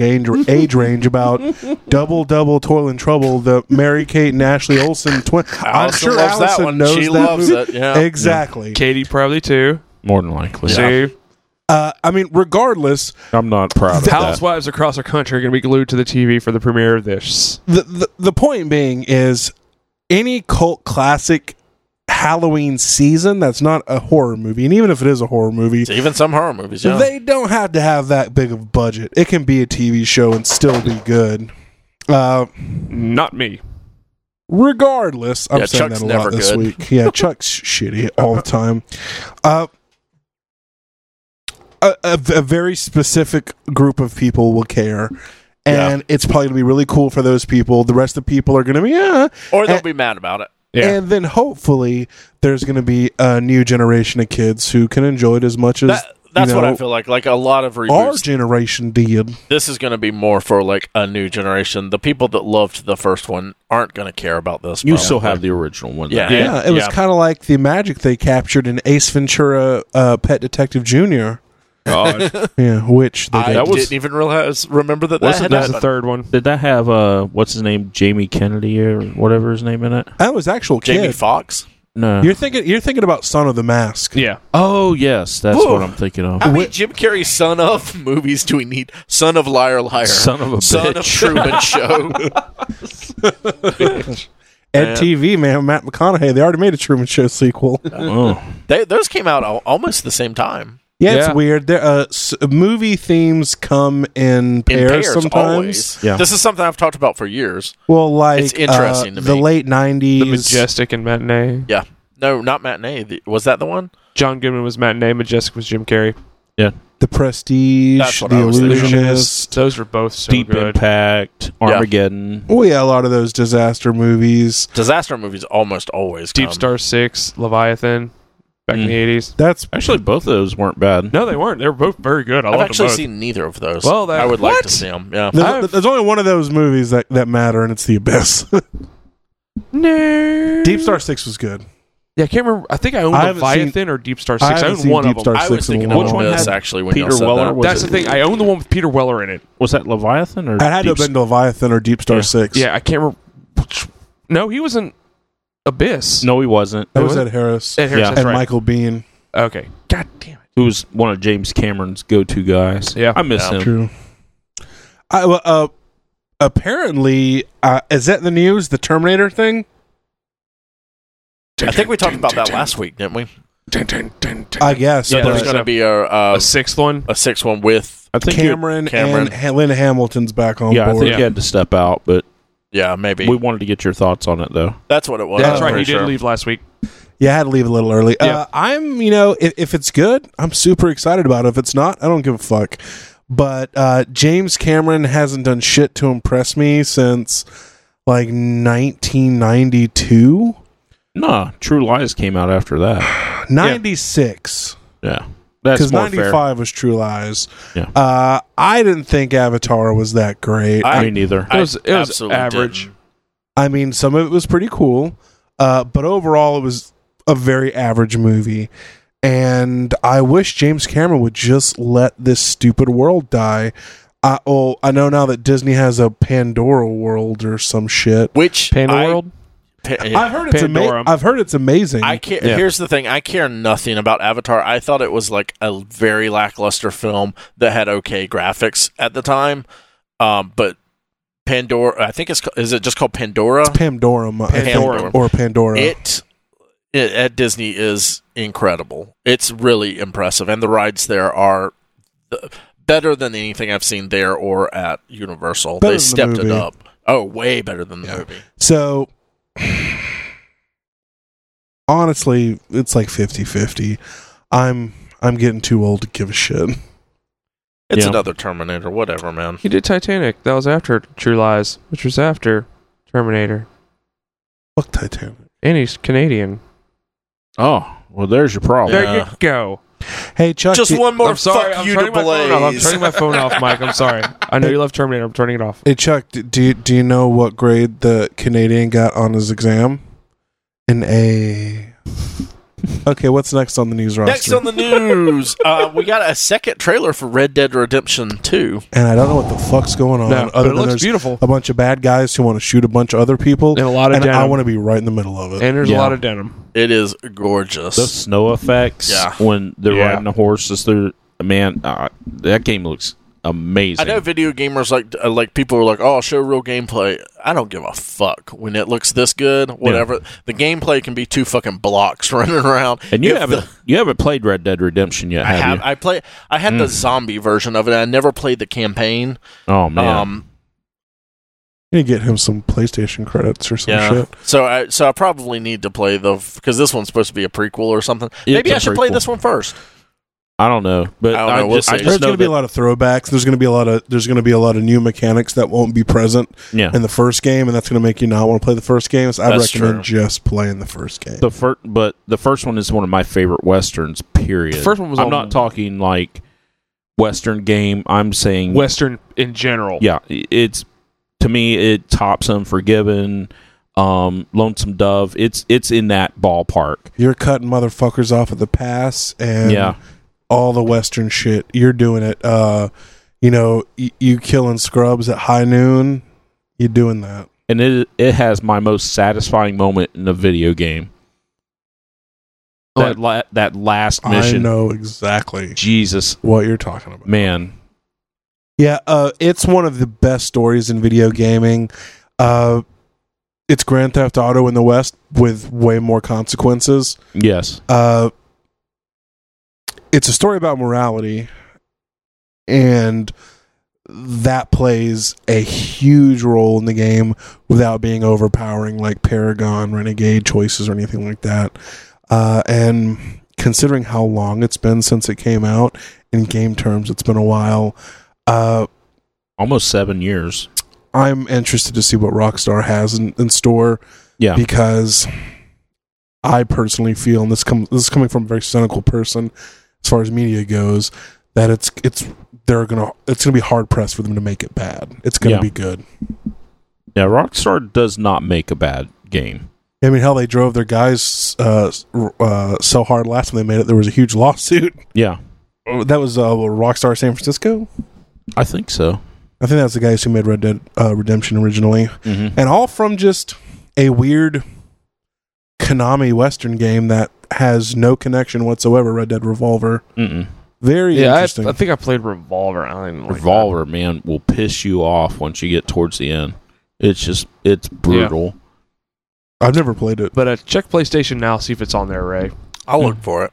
age, age range about double double toil and trouble the mary kate and ashley olsen twin i'm Allison sure loves that allison one. knows She that loves movie. it, yeah. exactly Katie probably too. More than likely, See, uh, i mean regardless I'm not proud of that. housewives across our country are going to be glued to the TV for the premiere of this. the, the the point being is any cult classic halloween season that's not a horror movie and even if it is a horror movie Even some horror movies. Yeah. They don't have to have that big of a budget. It can be a TV show and still be good. Uh, Not me. regardless, I'm Yeah, saying Chuck's that a lot never this good. week. Yeah, Chuck's shitty all the time. Uh, a, a, a very specific group of people will care. And it's probably going to be really cool for those people. The rest of the people are going to be, yeah. or they'll and- be mad about it. Yeah. And then hopefully there's going to be a new generation of kids who can enjoy it as much as That, that's you what I know, feel like. Like a lot of our reboots generation did. this is going to be more for like a new generation. The people that loved the first one aren't going to care about this. You probably. still have the original one. though. Yeah. Yeah, it was kind of like the magic they captured in Ace Ventura: uh, Pet Detective Junior. God. Yeah, which they I did. that was- didn't even realize remember that that Wasn't had that That's the happened. third one. Did that have uh what's his name Jamie Kennedy or whatever his name in it? that was actual Jamie kid. Fox. No. You're thinking you're thinking about Son of the Mask. Yeah. oh yes, that's Woo. what I'm thinking of. How many Jim Carrey son of movies do we need? Son of Liar Liar. Son of a Son of bitch. Truman Show. Ed TV man, Matt McConaughey. They already made a Truman Show sequel. Oh. They, those came out al- almost the same time. Yeah, Yeah. it's weird. There, uh, s- movie themes come in In pairs, pairs, sometimes. always. Yeah. This is something I've talked about for years. Well, like It's interesting uh, to the me. late '90s. The Majestic and Matinee. Yeah. No, not Matinee. The- Was that the one? John Goodman was Matinee. Majestic was Jim Carrey. The Prestige, That's what The I was thinking. Illusionist. Those were both so Deep good. Impact, Armageddon. Oh yeah, a lot of those disaster movies. Disaster movies almost always Deep come. Star Six, Leviathan, back in Mm. the eighties. That's Actually, both of those weren't bad. No, they weren't. They were both very good. I I've love actually them both. seen neither of those. Well, that- I would like what? to see them. Yeah. There's, I've- there's only one of those movies that, that matter, and it's The Abyss. No. Deep Star Six was good. Yeah, I can't remember. I think I owned I haven't Leviathan or Deep Star Six. I, haven't owned seen one Deep of them. Star I was Six in a thinking while. of Which one this had actually when Peter y'all said Weller? that. That's Was the thing. I owned the one with Peter Weller in it. Was that Leviathan or It had to have Deep- been Leviathan or Deep Star Six. Yeah, I can't remember. which- No, he was in Abyss. No, he wasn't. that was was it? Ed Harris Ed Harris, Yeah. that's and right. Michael Bean. Okay. God damn it. He was one of James Cameron's go-to guys. Yeah. I miss Yeah. him. True. I, well, uh, apparently, uh, is that in the news? The Terminator thing. I think we talked about that last week, didn't we? I guess. Yeah, but there's going to be a uh, A sixth one. a sixth one with I think. Cameron, oh, Cameron, Cameron. and Ha- Lynn Hamilton's back on yeah, I board. think he had to step out, but yeah maybe we wanted to get your thoughts on it though. that's what it was. That's I'm right. pretty He did sure. leave last week. Yeah, I had to leave a little early. Yeah. Uh, I'm, you know, if, if it's good, I'm super excited about it. If it's not, I don't give a fuck. But uh, James Cameron hasn't done shit to impress me since like 1992, Nah, True Lies came out after that. 96. Yeah, that's Because more fair. 95 was True Lies. Yeah. Uh, I didn't think Avatar was that great. I- Me neither. It was, it was absolutely average. didn't. I mean, some of it was pretty cool, uh, but overall, it was a very average movie. And I wish James Cameron would just let this stupid world die. I, oh, I know now that Disney has a Pandora world or some shit. Which Panda I- World? pa- yeah. I've heard it's Pandora. amazing. I've heard it's amazing. I care. Yeah. Here's the thing: I care nothing about Avatar. I thought it was like a very lackluster film that had okay graphics at the time, um, but Pandora. I think it's ca- is it just called Pandora? it's Pandorum, I think, Pandorum. or Pandora. It, it at Disney is incredible. It's really impressive, and the rides there are the, better than anything I've seen there or at Universal. they Better than the stepped it movie. up. Oh, way better than the movie. so honestly, it's like 50-50. I'm I'm getting too old to give a shit. It's Yeah. another Terminator, whatever, man. He did Titanic. That was after True Lies, which was after Terminator. Fuck Titanic. And he's Canadian. Oh, well, there's your problem. There you go. Hey Chuck, E- Just you- one more I'm sorry. fuck I'm you to turning my phone off. I'm Blaze. turning my phone off, Mike. I'm sorry. I know you love Terminator. I'm turning it off. Hey Chuck, d- do you, do you know what grade the Canadian got on his exam? An A. Okay, what's next on the news roster? Next on the news, uh, we got a second trailer for Red Dead Redemption 2. and I don't know what the fuck's going on. No, but other it than looks there's beautiful. a bunch of bad guys who want to shoot a bunch of other people, And a lot of and I denim. want to be right in the middle of it. And there's Yeah. a lot of denim. It is the gorgeous. snow effects Yeah. when they're Yeah. riding the horses through. Man, uh, that game looks amazing. I know video gamers like uh, like people are like, "Oh, show real gameplay." I don't give a fuck when it looks this good. Whatever the gameplay can be, two fucking blocks running around. and you If haven't the- you haven't played Red Dead Redemption yet, I have, have. Hmm. you? I play. I had the zombie version of it. I never played the campaign. oh man, Um, you need to get him some PlayStation credits or some yeah. shit. So I so I probably need to play the because this one's supposed to be a prequel or something. It's Maybe a I should play prequel. this one first. I don't know, but I don't I, know, we'll just, I see. just There's know going to be that- a lot of throwbacks. There's going to be a lot of there's going to be a lot of new mechanics that won't be present yeah. in the first game, and that's going to make you not want to play the first game. So I That's recommend true. just playing the first game. The first, but the first one is one of my favorite westerns. Period. The first one was I'm on- not talking like western game. I'm saying Western in general. Mm. yeah. i- It's to me, it tops Unforgiven, um, Lonesome Dove. It's it's in that ballpark. You're cutting motherfuckers off at the pass and yeah, all the Western shit. You're doing it. Uh, you know, y- you killing scrubs at high noon. You're doing that. and it it has my most satisfying moment in a video game. That la- that last I mission, know exactly Jesus what you're talking about. man, Yeah, uh, it's one of the best stories in video gaming. Uh, it's Grand Theft Auto in the West with way more consequences. yes, uh, it's a story about morality, and that plays a huge role in the game without being overpowering, like Paragon, Renegade choices, or anything like that. Uh, and considering how long it's been since it came out in game terms, it's been a while. Uh, almost seven years. I'm interested to see what Rockstar has in, in store Yeah, because I personally feel, and this comes this is coming from a very cynical person as far as media goes, that it's it's they're gonna it's gonna be hard pressed for them to make it bad. It's gonna Yeah. be good. yeah. Rockstar does not make a bad game. I mean, hell, they drove their guys uh, r- uh, so hard last time they made it. There was a huge lawsuit. Yeah, Oh, That was uh, Rockstar San Francisco. I think so. I think that's the guys who made Red Dead uh, Redemption originally, Mhm. and all from just a weird Konami Western game that has no connection whatsoever. Red Dead Revolver, Mm-mm. very Yeah, I, interesting. I think I played Revolver. I don't even like Revolver man will piss you off once you get towards the end. It's just it's brutal. I've never played it. that. But uh, check PlayStation now, see if it's on there, Ray. I'll look for it.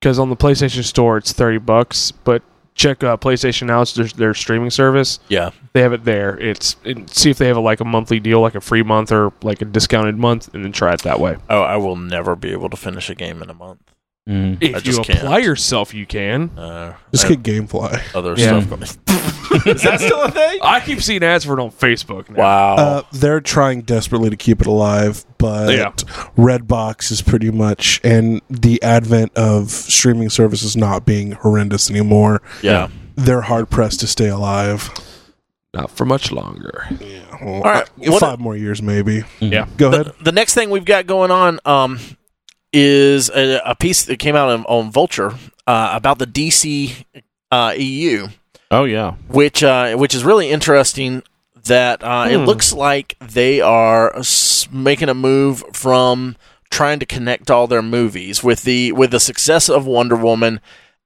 Because on the PlayStation Store, it's thirty bucks. But check uh, PlayStation now; it's their, their streaming service. Yeah. They have it there. It's and see if they have a, like a monthly deal, like a free month or like a discounted month, and then try it that way. Oh, I will never be able to finish a game in a month. Mm-hmm. Mm. If I you just apply can't. yourself, you can. Uh, Just I get GameFly. have other Yeah. stuff. Going. Is that still a thing? I keep seeing ads for it on Facebook. Now. Wow. Uh, they're trying desperately to keep it alive, but Yeah. Redbox is pretty much, and the advent of streaming services not being horrendous anymore, yeah. they're hard pressed to stay alive. Not for much longer. All right, what five more years maybe. Yeah. Go ahead. The, the next thing we've got going on um, is a, a piece that came out on, on Vulture uh, about the DC uh, EU. Oh yeah. which uh, which is really interesting. That uh, it Hmm. looks like they are s- making a move from trying to connect all their movies with the with the success of Wonder Woman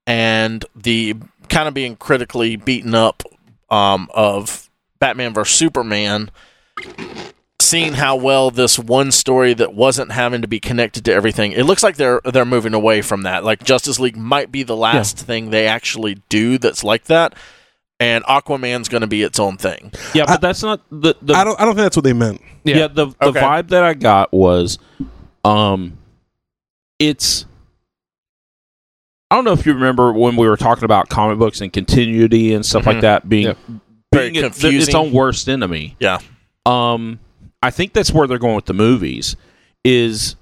and the kind of being critically beaten up um, of Batman vs Superman. Seeing how well this one story that wasn't having to be connected to everything, it looks like they're they're moving away from that. Like Justice League might be the last thing they actually do that's like that and Aquaman's going to be its own thing. Yeah, but I- that's not the the I don't. I don't think that's what they meant. yeah, the the Okay. vibe that I got was um it's I don't know if you remember when we were talking about comic books and continuity and stuff Mhm. like that being Yeah. Very being it- confusing. its own worst enemy. Yeah. Um, I think that's where they're going with the movies. Is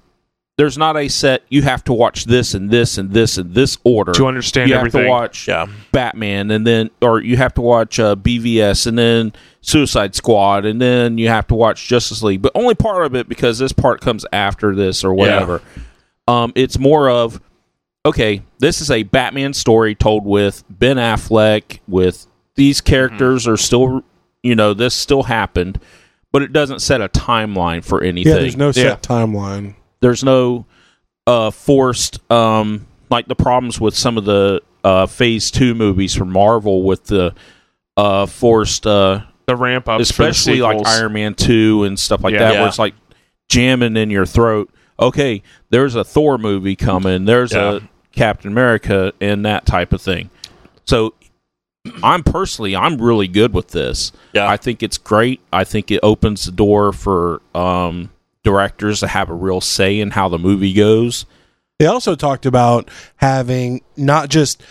there's not a set you have to watch this and this and this and this order. To understand you have everything. to watch Yeah. Batman and then, or you have to watch uh, BVS and then Suicide Squad and then you have to watch Justice League, but only part of it because this part comes after this or whatever. Um, it's more of okay, this is a Batman story told with Ben Affleck with these characters are still you know this still happened, but it doesn't set a timeline for anything. Yeah, there's no set Yeah. timeline. There's no uh, forced um, like the problems with some of the uh, Phase Two movies from Marvel with the uh, forced, uh, The ramp up, especially like Iron Man Two and stuff like Yeah. that, Yeah. where it's like jamming in your throat. Okay, there's a Thor movie coming. There's Yeah. a Captain America and that type of thing. So. I'm personally, I'm really good with this. Yeah. I think it's great. I think it opens the door for um, directors to have a real say in how the movie goes. They also talked about having not just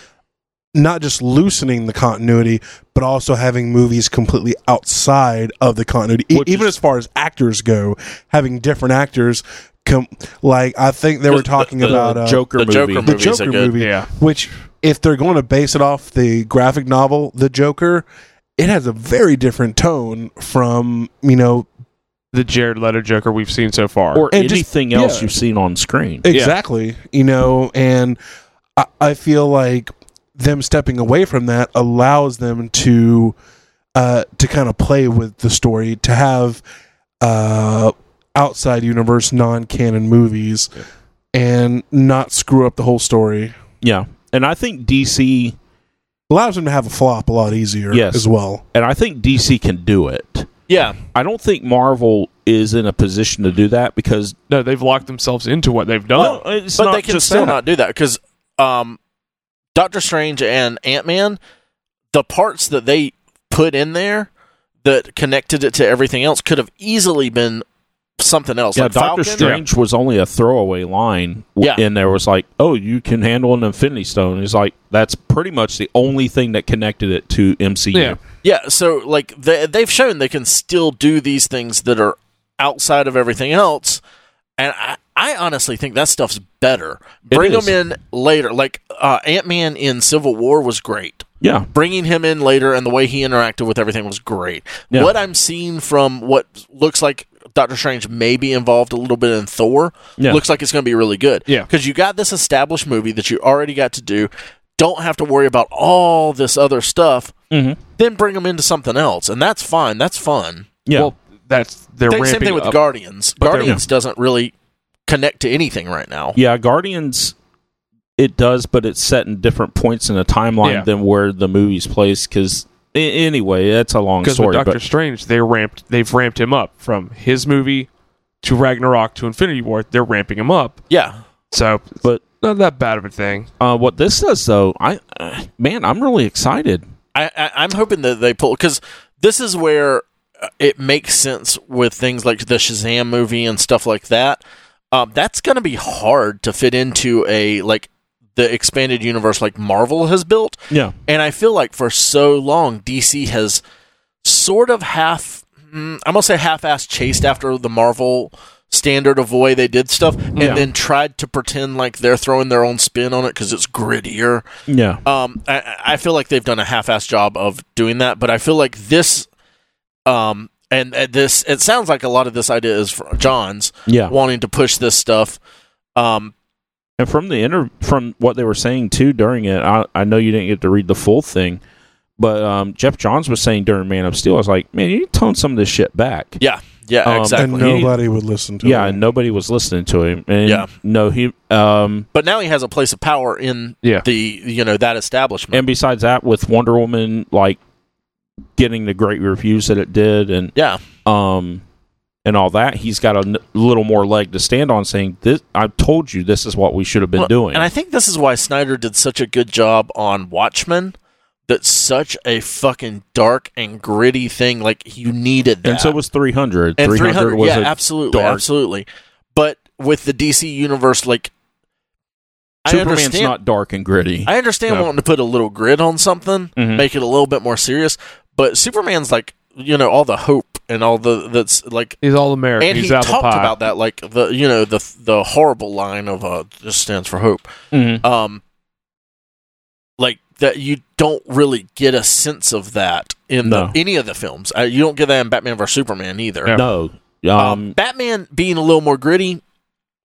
not just loosening the continuity, but also having movies completely outside of the continuity. E- Which even is- as far as actors go, having different actors. Com- like I think they were Just the- talking the about uh, Joker the movie. Joker the movies are Joker good. movie, Yeah. which if they're going to base it off the graphic novel, The Joker, it has a very different tone from you know the Jared Leto Joker we've seen so far. or And just- anything else yeah. you've seen on screen. Exactly. You know, and I, I feel like them stepping away from that allows them to uh to kind of play with the story, to have uh outside universe non canon movies and not screw up the whole story. yeah, and I think DC, Allows them to have a flop a lot easier Yes. as well. and I think DC can do it. Yeah. I don't think Marvel is in a position to do that because no, they've locked themselves into what they've done. Oh, No, it's But not they can just still that. not do that because um, Doctor Strange and Ant Man, the parts that they put in there that connected it to everything else could have easily been something else. Yeah, like Falcon, Doctor Strange was only a throwaway line, w- Yeah. and there was like, "Oh, you can handle an Infinity Stone." It's like that's pretty much the only thing that connected it to MCU. Yeah. Yeah, so like they, they've shown they can still do these things that are outside of everything else, and I, I honestly think that stuff's better. It Bring is. them in later. Like uh, Ant Man in Civil War was great. Yeah. Bringing him in later and the way he interacted with everything was great. Yeah. What I'm seeing from what looks like Doctor Strange may be involved a little bit in Thor. Yeah. Looks like it's going to be really good. Yeah. Because you got this established movie that you already got to do. Don't have to worry about all this other stuff. Mhm. Then bring them into something else. And that's fine. That's fun. Yeah. Well, that's they're Same- Same ramping thing with up. Guardians. they're- Guardians doesn't really connect to anything right now. yeah, Guardians it does, but it's set in different points in the timeline Yeah. than where the movie's placed cuz anyway, that's a long because with story, Doctor but Strange, they ramped they've ramped him up from his movie to Ragnarok to Infinity War. They're ramping him up, Yeah. so But- not that bad of a thing. uh, what this does though, I uh, man, I'm really excited. I, I I'm hoping that they pull because this is where uh, it makes sense with things like the Shazam movie and stuff like that. Um, that's going to be hard to fit into a like the expanded universe like Marvel has built, Yeah. and I feel like for so long DC has sort of half mm, I'm gonna say half-assed chased after the Marvel standard of way they did stuff, and Yeah. then tried to pretend like they're throwing their own spin on it because it's grittier Yeah. um, I, I feel like they've done a half-assed job of doing that, but I feel like this, um, and, and this, it sounds like a lot of this idea is for John's Yeah. wanting to push this stuff. Um, And from the inter- from what they were saying too during it, I, I know you didn't get to read the full thing, but um, Jeff Johns was saying during Man of Steel, I was like, man, you need to tone some of this shit back. yeah, yeah, Um, exactly. And nobody would listen to Yeah, him. and nobody was listening to him. And Yeah. no, he um, but now he has a place of power in Yeah. the you know that establishment. and besides that, with Wonder Woman like getting the great reviews that it did, and yeah, um, and all that, he's got a n- little more leg to stand on, saying this. I've told you, this is what we should have been Well, doing. And I think this is why Snyder did such a good job on Watchmen. That's such a fucking dark and gritty thing. Like you needed that. and so was three hundred. and 300, was yeah a- absolutely dark- absolutely but with the dc universe like i Superman's understand not dark and gritty. i understand No. wanting to put a little grid on something Mhm. make it a little bit more serious but superman's like you know all the hope and all the that's like He's all American. and he he's talked apple pie. about that like the you know the the horrible line of uh this stands for hope Mhm. um like that you don't really get a sense of that in No. the, any of the films uh, you don't get that in batman vs superman either Yeah. No. Um, um, Batman being a little more gritty,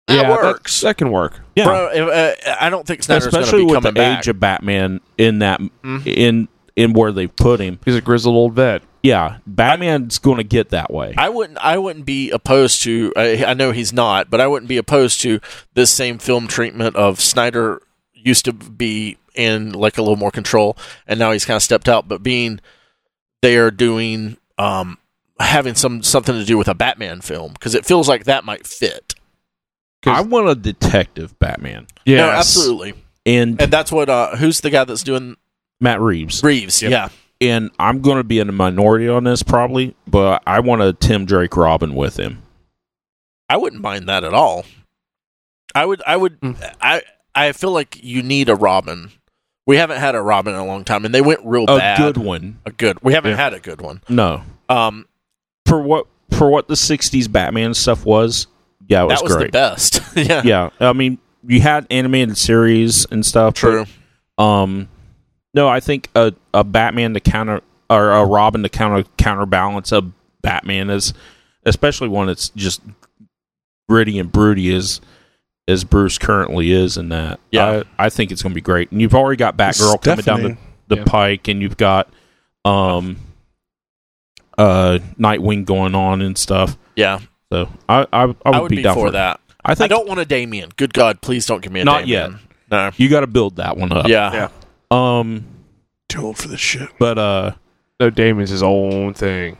that yeah, that- works. That, can work. yeah. Bro, if, uh, I don't think Snyder's going to especially be with coming the back. age of Batman in that Mhm. in in where they put him. He's a grizzled old vet. Yeah, Batman's going to get that way. I wouldn't. I wouldn't be opposed to. I, I know he's not, but I wouldn't be opposed to this same film treatment of Snyder used to be in like a little more control, and now he's kind of stepped out. But being they are doing um, having some something to do with a Batman film because it feels like that might fit. 'Cause- I want a detective Batman Yes. No, absolutely. and And that's what. Uh, who's the guy that's doing Matt Reeves, Reeves? Yep. Yeah. and I'm going to be in a minority on this probably, but I want a Tim Drake Robin with him. I wouldn't mind that at all. I would I would Mm. I I feel like you need a Robin. We haven't had a Robin in a long time and they went real A Oh, bad. good one. A good. We haven't Yeah. had a good one. No, Um for what for what the '60s Batman stuff was. Yeah, it was, that was the great. best. yeah. Yeah, I mean, you had animated series and stuff. but True. Um, no, I think a, a Batman to counter or a Robin to counter counterbalance a Batman is, especially one that's just gritty and broody as as Bruce currently is in that. Yeah. I, I think it's going to be great. And you've already got Batgirl coming down Stephanie. the, the Yeah. pike, and you've got um uh Nightwing going on and stuff. Yeah. So I I, I would, I would be, be, down for for it. that. I I, think don't want a Damien. Good God, please don't give me a Not Uh, Damien. Not you got to build that one No. up. Yeah. Yeah. Um, Too old for this shit. but uh. No, Damon's his own thing.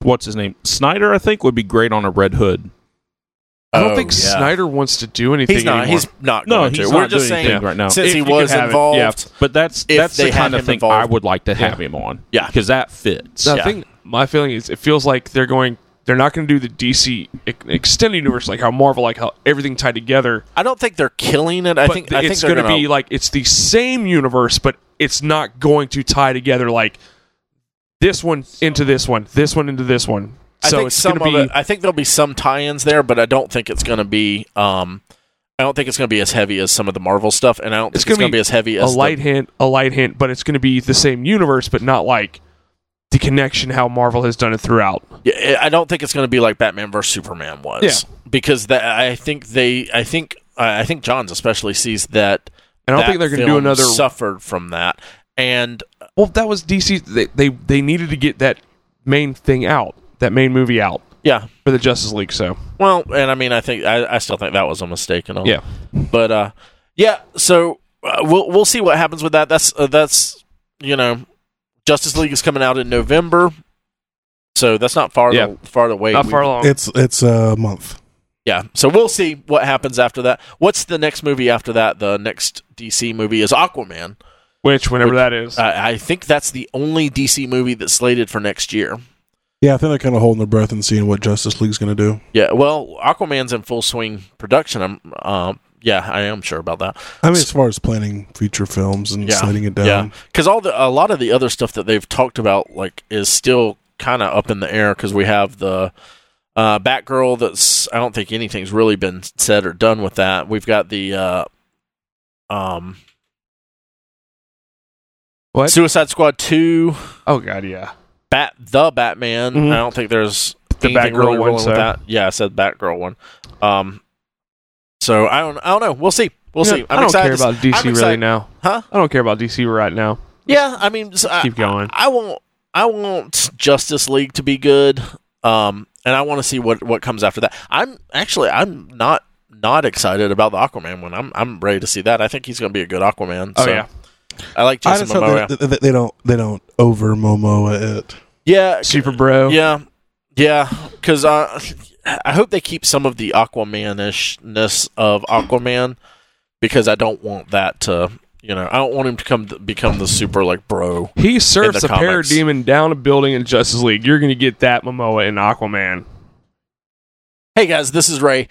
what's his name Snyder I think would be great on a Red Hood. I don't Oh, think yeah. Snyder wants to do anything He's not. anymore. He's not. Going to. We're just saying anything right now. since If he you was could have it, yeah. involved. but that's if that's they the had kind of him thing involved- I would like to have Yeah. him on. Yeah. because that fits. No, Yeah. I think my feeling is it feels like they're going. They're not going to do the DC e- extended universe like how Marvel, like how everything tied together. I don't think they're killing it. I but think th- I think it's they're going to gonna- be like it's the same universe, but it's not going to tie together like this one into this one, this one into this one. I so think it's some going to of be it, I think there'll be some tie-ins there, but I don't think it's going to be. Um, I don't think it's going to be as heavy as some of the Marvel stuff, and I don't think It's it's going gonna to be, be as heavy a as the- light hint, a light hint, but it's going to be the same universe, but not like the connection how Marvel has done it throughout. Yeah, I I don't think it's going to be like Batman vs Superman was. Yeah. Because that I think they, I think, I think Johns especially sees that. And I don't that think they're going to do film another. Suffered from that, and well, that was DC. They, they they needed to get that main thing out, that main movie out yeah. for the Justice League. So Well, and I mean, I think I, I still think that was a mistake and all. yeah, But uh, yeah. So uh, we'll we'll see what happens with that. That's uh, that's you know, Justice League is coming out in November, so that's not far Yeah. the, far away. not We- far along. It's it's a month. Yeah. So we'll see what happens after that. What's the next movie after that? The next DC movie is Aquaman. Which whenever which- uh, that is, I I think that's the only DC movie that's slated for next year. Yeah, I think they're kind of holding their breath and seeing what Justice League's going to do. Yeah. Well, Aquaman's in full swing production. I'm. Um, yeah, I am sure about that. I mean, as far as planning future films and Yeah, sliding it down. Yeah, because all the a lot of the other stuff that they've talked about like is still kind of up in the air because we have the uh, Batgirl. That's I don't think anything's really been said or done with that. We've got the uh, um What? Suicide Squad two oh god, yeah, Bat the Batman. Mhm. I don't think there's The anything Batgirl really one, rolling with so- that. Yeah, I said Batgirl one. Um, so I don't I don't know. We'll see. We'll Yeah, see. I I'm don't excited care to s- about DC I'm really excited- now. Huh? I don't care about DC right now. Yeah, I mean, so I, Keep going. I want I want Justice League to be good, um, and I want to see what what comes after that. I'm actually I'm not not excited about the Aquaman one. I'm I'm ready to see that. I think he's going to be a good Aquaman. Oh so. yeah, I like I Jason just hope Momoa. they, they, they don't they don't over Momoa it. yeah, Super Bro. yeah, yeah. Because I I hope they keep some of the Aquamanishness of Aquaman because I don't want that to you know I don't want him to come become the super like bro. He surfs the a comics. parademon down a building in Justice League. You're going to get that Momoa in Aquaman. Hey guys, this is Ray.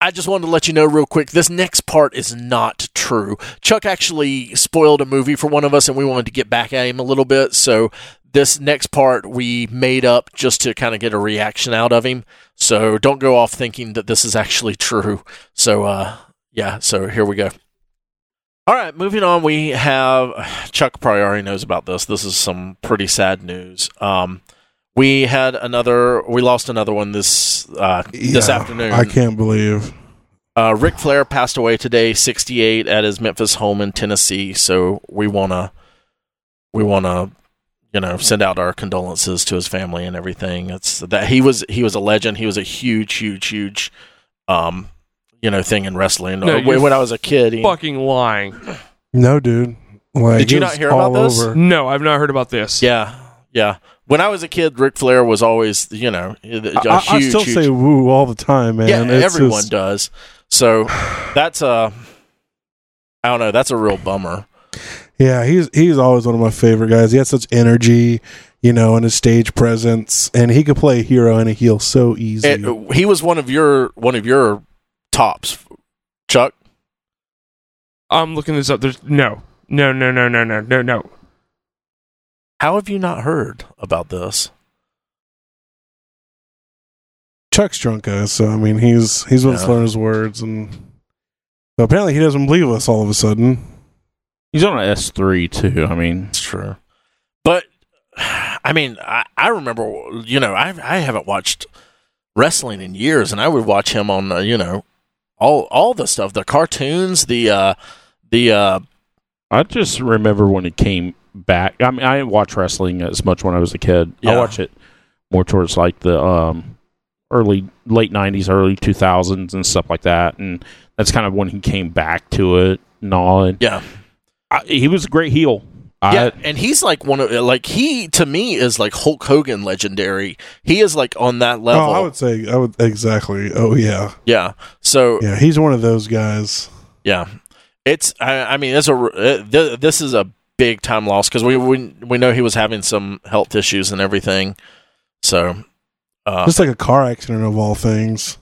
I just wanted to let you know real quick this next part is not true. Chuck actually spoiled a movie for one of us, and we wanted to get back at him a little bit. So, this next part we made up just to kind of get a reaction out of him. So, don't go off thinking that this is actually true. So, uh, yeah, so here we go. All right, moving on, we have Chuck probably already knows about this. This is some pretty sad news. Um, we had another, we lost another one this uh, this Yeah, afternoon. I can't believe. Uh, Rick Flair passed away today, 68, at his Memphis home in Tennessee. So we wanna, we wanna, you know, send out our condolences to his family and everything. It's that he was he was a legend. He was a huge, huge, huge, um, you know, thing in wrestling. No, Uh, you're when, when I was a kid, he- Fucking lying. No, dude. Like, Did you it not was hear about all this? over. No, I've not heard about this. yeah, yeah. When I was a kid, Rick Flair was always, you know, a I, I- I huge. still huge- say woo all the time, man. yeah, It's everyone just- does. So that's uh, I don't know. That's a real bummer. Yeah, he's he's always one of my favorite guys. He had such energy, you know, and his stage presence, and he could play a hero and a heel so easy. And Eh, he was one of your one of your tops, Chuck. I'm looking this up. There's no, no, no, no, no, no, no, no. How have you not heard about this? Chuck's drunk guys, so I mean, he's he's what's Yeah. learning his words, and so apparently he doesn't believe us all of a sudden. He's on an S three too. I mean, It's true, but I mean, I, I remember you know I I haven't watched wrestling in years, and I would watch him on uh, you know all all the stuff, the cartoons, the uh, the uh, I just remember when it came back. I mean, I didn't watch wrestling as much when I was a kid. Yeah. I watch it more towards like the um, early late '90s, early 2000s, and stuff like that. And that's kind of when he came back to it and all. And yeah I, he was a great heel. yeah, I, and he's like one of like he to me is like Hulk Hogan legendary. He is like on that level. Oh, I would say I would exactly. Oh yeah, yeah, so yeah, he's one of those guys. Yeah, it's. I, I mean, it's a. Uh, th- this is a big time loss because we, we we know he was having some health issues and everything. So, uh, Just like a car accident of all things.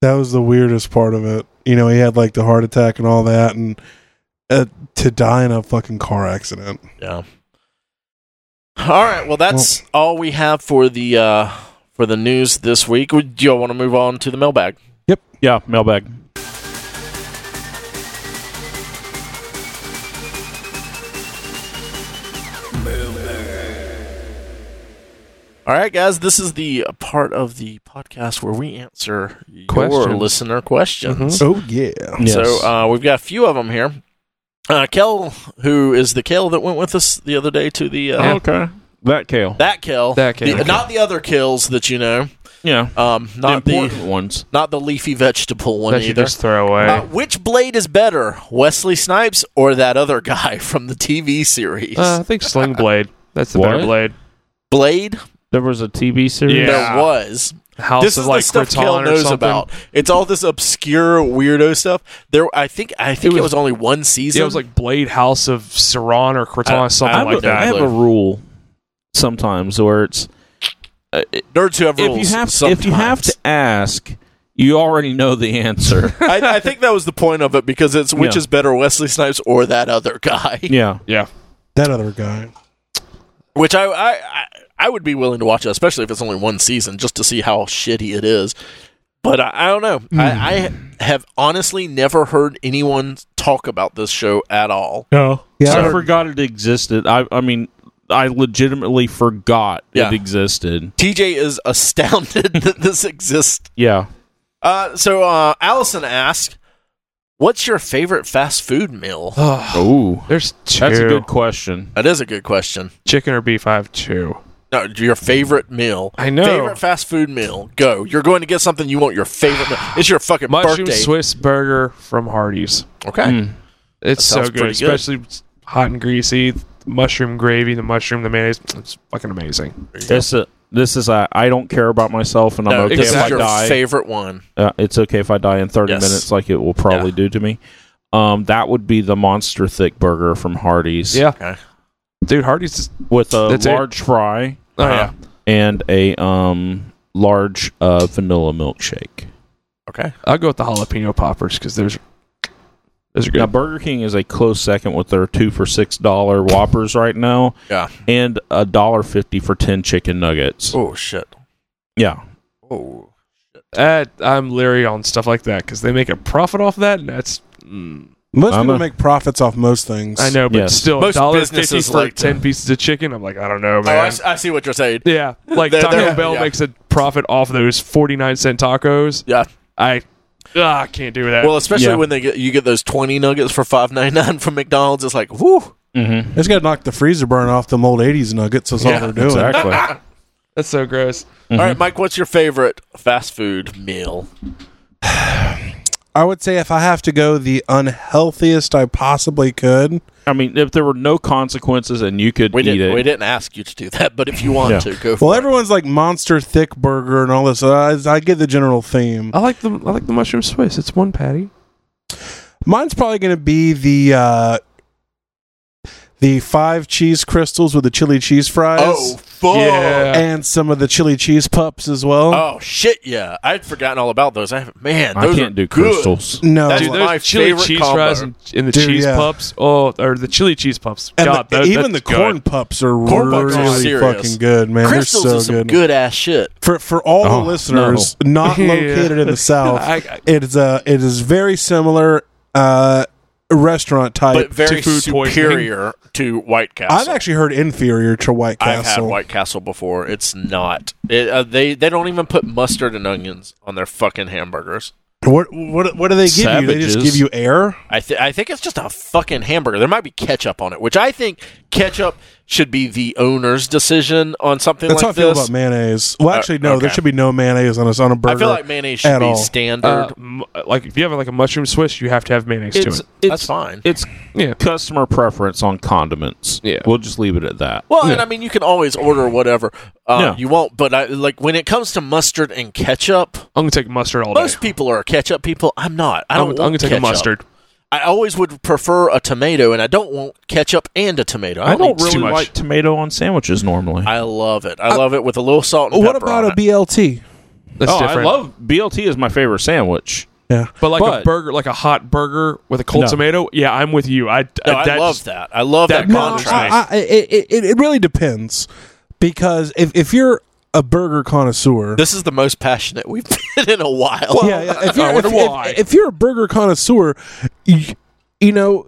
That was the weirdest part of it. You know, he had like the heart attack and all that, and uh, to die in a fucking car accident. yeah. All right. Well, that's all we have for the uh, for the news this week. Would do y'all want to move on to the mailbag? yeah, mailbag. All right, guys, this is the part of the podcast where we answer your Questions. listener questions. Oh yeah. So uh, we've got a few of them here. Uh, Kel, who is the Kel that went with us the other day to the uh, okay. That kale. that Kel, That Kel. The- not the other Kels that you know, yeah. um, not the the, important ones. not the leafy vegetable one that you either. just throw away. Uh, which blade is better, Wesley Snipes or that other guy from the TV series? Uh, I think Sling Blade. That's the What? better blade. blade, There was a TV series. Yeah. there was. House this of is like the stuff Krypton Kel or knows something. about. It's all this obscure weirdo stuff. There, I think, I think it It was, was- only one season. Yeah, it was like Blade House of Saran or Krypton, I- or something I have, like a, I that. have a rule sometimes where it's nerds who have rules. if you have sometimes. if you have to ask, you already know the answer. I, I think that was the point of it because it's which Yeah. is better, Wesley Snipes or that other guy. yeah. yeah, That other guy. Which I, I I I would be willing to watch, especially if it's only one season, just to see how shitty it is. But I, I don't know. Hmm. I, I have honestly never heard anyone talk about this show at all. no, Yeah. I I heard- forgot it existed. I I mean I legitimately forgot Yeah. it existed. TJ is astounded that this exists Yeah. Uh, so uh, Allison asked, "What's your favorite fast food meal?" Oh. there's two. That's a good question. That is a good question. chicken or beef. I have two. No, your favorite meal. I know. Favorite fast food meal. Go. You're going to get something you want. Your favorite. meal. It's your fucking Mushroom birthday. Swiss burger from Hardee's. okay. Hmm. It's so sounds good, pretty good. especially hot and greasy. Mushroom gravy, the mushroom, the mayonnaise. It's fucking amazing. This a, this is a I don't care about myself and I'm No, okay this if is I your die. favorite one. uh, it's okay if I die in 30 Yes. minutes, like it will probably do to me. Um, that would be the monster thick burger from Hardee's. Yeah, Okay. dude, Hardee's. Is, with a That's it. large fry oh Uh-huh. and a um large uh, vanilla milkshake. Okay. yeah, I'll go with the jalapeno poppers because there's those are good. Now Burger King is a close second with their two for six dollar Whoppers right now, Yeah. and a dollar fifty for ten chicken nuggets. Oh shit. Yeah, Oh. Uh, I'm leery on stuff like that because they make a profit off that, and that's. Mm, Most I'm people a- make profits off most things. I know, but Yes. still, Most dollar fifty businesses for like ten pieces of chicken. I'm like, I don't know, Oh, I, man. s- I see what you're saying. yeah, like They're- Taco they're- Bell yeah. makes a profit off those forty nine cent tacos. Yeah. I ah, I can't do that. Well, especially Yeah. when they get you get those twenty nuggets for five ninety nine from McDonald's. It's like, whoo. mm-hmm. It's got to knock the freezer burn off them old 80s nuggets. That's Yeah, all they're doing. exactly. that's so gross. All right, Mike. What's your favorite fast food meal? I would say if I have to go the unhealthiest I possibly could, I mean, if there were no consequences and you could We eat didn't. it, We didn't ask you to do that, but if you want Yeah. to, go. For well, it. everyone's like monster thick burger and all this. Uh, I I get the general theme. I like the I like the mushroom Swiss. It's one patty. Mine's probably going to be the uh, the five cheese crystals with the chili cheese fries Oh fuck! Yeah. and some of the chili cheese pups as well. Oh shit! Yeah, I'd forgotten all about those. I haven't, man, I those can't are do good. crystals. no, That's Dude, one those of my chili favorite cheese combo. fries and, and the Dude, cheese yeah. pups. Oh, or the chili cheese pups. and God, the, tho- even the that's corn good. pups are Corn pups are really serious. fucking good, man. Crystals They're is so some good. good. ass shit. for for all Oh, the listeners not Yeah. located in the south. I- I- it is a it is very similar uh, restaurant type. But very food superior to White Castle. I've actually heard inferior to White Castle. I've had White Castle before. It's not. It, uh, they they don't even put mustard and onions on their fucking hamburgers. What what what do they give you? They just Savages. give you air. I th- I think it's just a fucking hamburger. There might be ketchup on it, which I think ketchup should be the owner's decision on something That's how I like feel this. about mayonnaise. Well, Uh, actually, no. There okay. should be no mayonnaise on a on a burger. I feel like mayonnaise at should be all. standard. Uh, m- like if you have like a mushroom Swiss, you have to have mayonnaise to It's, it. That's it's fine. it's Yeah. customer preference on condiments. Yeah. we'll just leave it at that. Well, and I mean, you can always order whatever uh, Yeah. you want, but I, like when it comes to mustard and ketchup, I'm gonna take mustard all day. most people are ketchup people. I'm not. I I'm, don't. gonna- I'm want gonna take ketchup. a mustard. I always would prefer a tomato, and I don't want ketchup and a tomato. I, I don't need too really much. like tomato on sandwiches normally. I love it. I love it with a little salt and Uh, What pepper about on a it. BLT? That's oh, different. I love BLT is my favorite sandwich. Yeah, But like But- a burger, like a hot burger with a cold No. tomato, yeah, I'm with you. I, No, I that's- love that. I love that, that no, contrast. I, I, it, it it really depends because if if you're a burger connoisseur, this is the most passionate we've been in a while. yeah, yeah. If I you're, if, wonder if- why. if you're a burger connoisseur, you, you Mm-hmm. know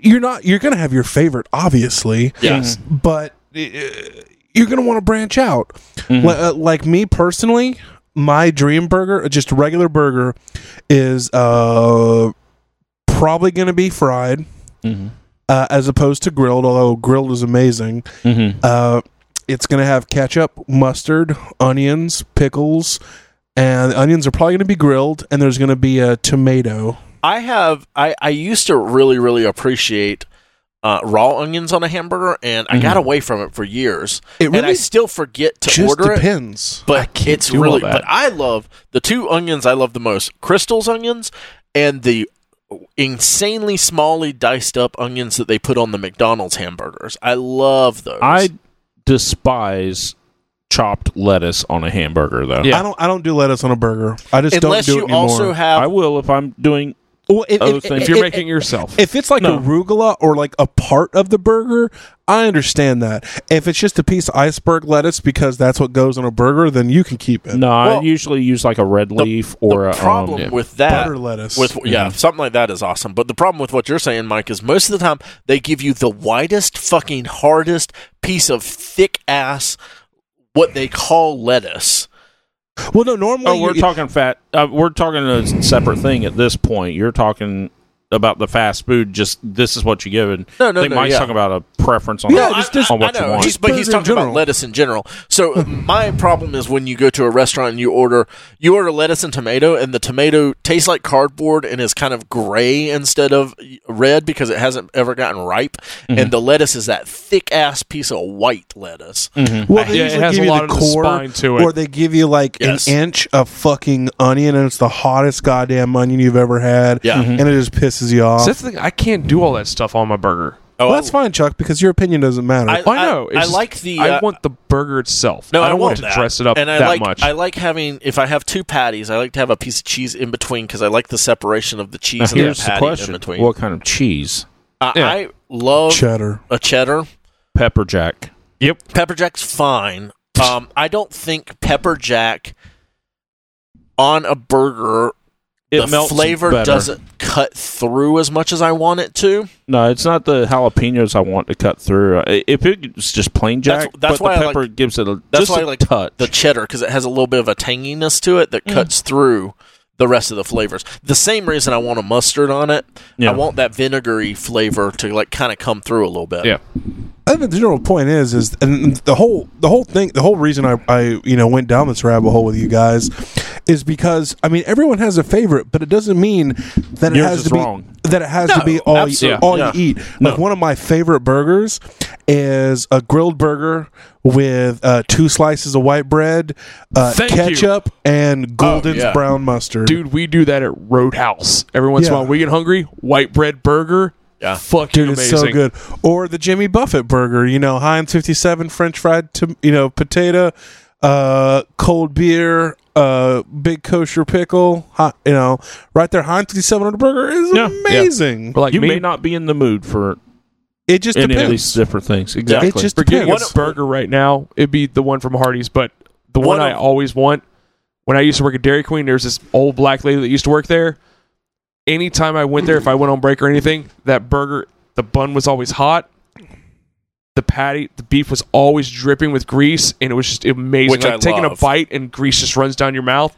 you're not you're gonna have your favorite, obviously. Yes. but uh, you're going to want to branch out. Mm-hmm. Li- uh, like me personally, my dream burger, uh, just a regular burger, is uh, probably going to be fried Mm-hmm. uh, as opposed to grilled, although grilled is amazing. Mm-hmm. Uh, it's going to have ketchup, mustard, onions, pickles, and the onions are probably going to be grilled, and there's going to be a tomato. I have I I used to really really appreciate uh, raw onions on a hamburger, and I got away from it for years. Mm-hmm. It and I really still forget to Just order it. depends. But it's do all really. that. But I love the two onions I love the most: Crystal's onions and the insanely smally diced up onions that they put on the McDonald's hamburgers. I love those. I despise chopped lettuce on a hamburger, though. Yeah. I don't. I don't do lettuce on a burger. I just unless don't do you it anymore. also have I will if I'm doing. well, if, other if- things. Oh, If you're if- making yourself, if it's like No. arugula or like a part of the burger, I understand that. If it's just a piece of iceberg lettuce because that's what goes on a burger, then you can keep it. No, I Well, usually use like a red leaf or the a problem Um, with that Butter lettuce. with yeah something like that is awesome but the problem with what you're saying mike is most of the time they give you the widest fucking hardest piece of thick ass what they call lettuce Well, no. Normally, oh, we're you- talking fat. Uh, we're talking a separate thing at this point. You're talking about the fast food. Just this is what you're given. No, no, I think no, Mike's yeah. talking about a preference on Yeah, I- just- just- on what I know, you want. he's- but he's Burger in talking about general. lettuce in general so uh, my problem is when you go to a restaurant and you order you order lettuce and tomato and the tomato tastes like cardboard and is kind of gray instead of red because it hasn't ever gotten ripe Mm-hmm. and the lettuce is that thick ass piece of white lettuce Mm-hmm. well, they Yeah, it usually has give a you lot of the the core, spine to it. or they give you like Yes. an inch of fucking onion, and it's the hottest goddamn onion you've ever had. Yeah. Mhm. and it just pisses you off. So that's the thing. I can't do all that stuff on my burger. oh well, that's fine, Chuck, because your opinion doesn't matter. I- Well, I know. It's I just- like the, I uh, want the burger itself. No, I don't want want to that. dress it up and I that like, much. I like having if I have two patties, I like to have a piece of cheese in between because I like the separation of the cheese and Here's the the patty in question: between. What kind of cheese? I, yeah. I love Cheddar. a cheddar. Pepper jack. yep. Pepper Jack's fine. Um, I don't think pepper jack on a burger. It the melts flavor better. doesn't cut through as much as I want it to. No, it's not the jalapenos I want to cut through. I- If it's just plain That's- jack, that's but why I the like- pepper gives it a That's just why a I like touch. Mm. the cheddar because it has a little bit of a tanginess to it that cuts through the rest of the flavors. The same reason I want a mustard on it. Yeah. I want that vinegary flavor to like kind of come through a little bit. Yeah. I think the general point is is and the whole the whole thing the whole reason I, I you know went down this rabbit hole with you guys is because I mean everyone has a favorite, but it doesn't mean that it Yours has is to be wrong. that it has No, to be all you, absolutely, all yeah. you eat. No. Like one of my favorite burgers is a grilled burger with uh, two slices of white bread, uh, Thank you. ketchup, and golden yeah. brown mustard. Dude, we do that at Roadhouse. Every once in Yeah. a while, we get hungry. White bread burger. Yeah. Fucking Dude, amazing. it's so good. Or the Jimmy Buffett burger, you know, Heinz 57 French fried, to, you know, potato, uh, cold beer, uh, big kosher pickle, hot, you know, right there. Heinz 57 on the burger is Yeah. amazing. But like you me, may not be in the mood for It just any of depends. these different things. Exactly. It just for getting depends. a burger right now, it'd be the one from Hardee's. But the One one I of- always want, when I used to work at Dairy Queen, there's this old black lady that used to work there. Anytime I went there, if I went on break or anything, that burger, the bun was always hot. The patty, the beef was always dripping with grease, and it was just amazing. Which like I taking love. a bite and grease just runs down your mouth.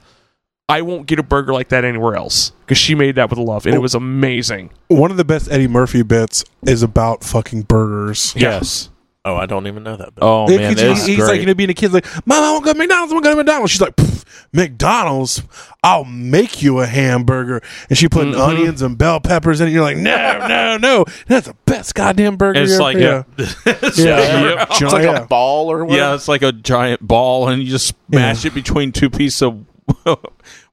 I won't get a burger like that anywhere else because she made that with love, and it was amazing. One of the best Eddie Murphy bits is about fucking burgers. yes. Oh, I don't even know that. But Oh If man, he's- that's he's great. like, you know, being a kid's like, Mom, I want to go to McDonald's. I want to go to McDonald's. She's like, "Pff, McDonald's, I'll make you a hamburger. And she Mm-hmm. putting onions and bell peppers in it. You're like, no, no, no. That's the best goddamn burger. it's you ever- like yeah. a, Yeah. yeah. it's like yeah. a ball or Yeah, whatever. it's like a giant ball, and you just smash it between two pieces of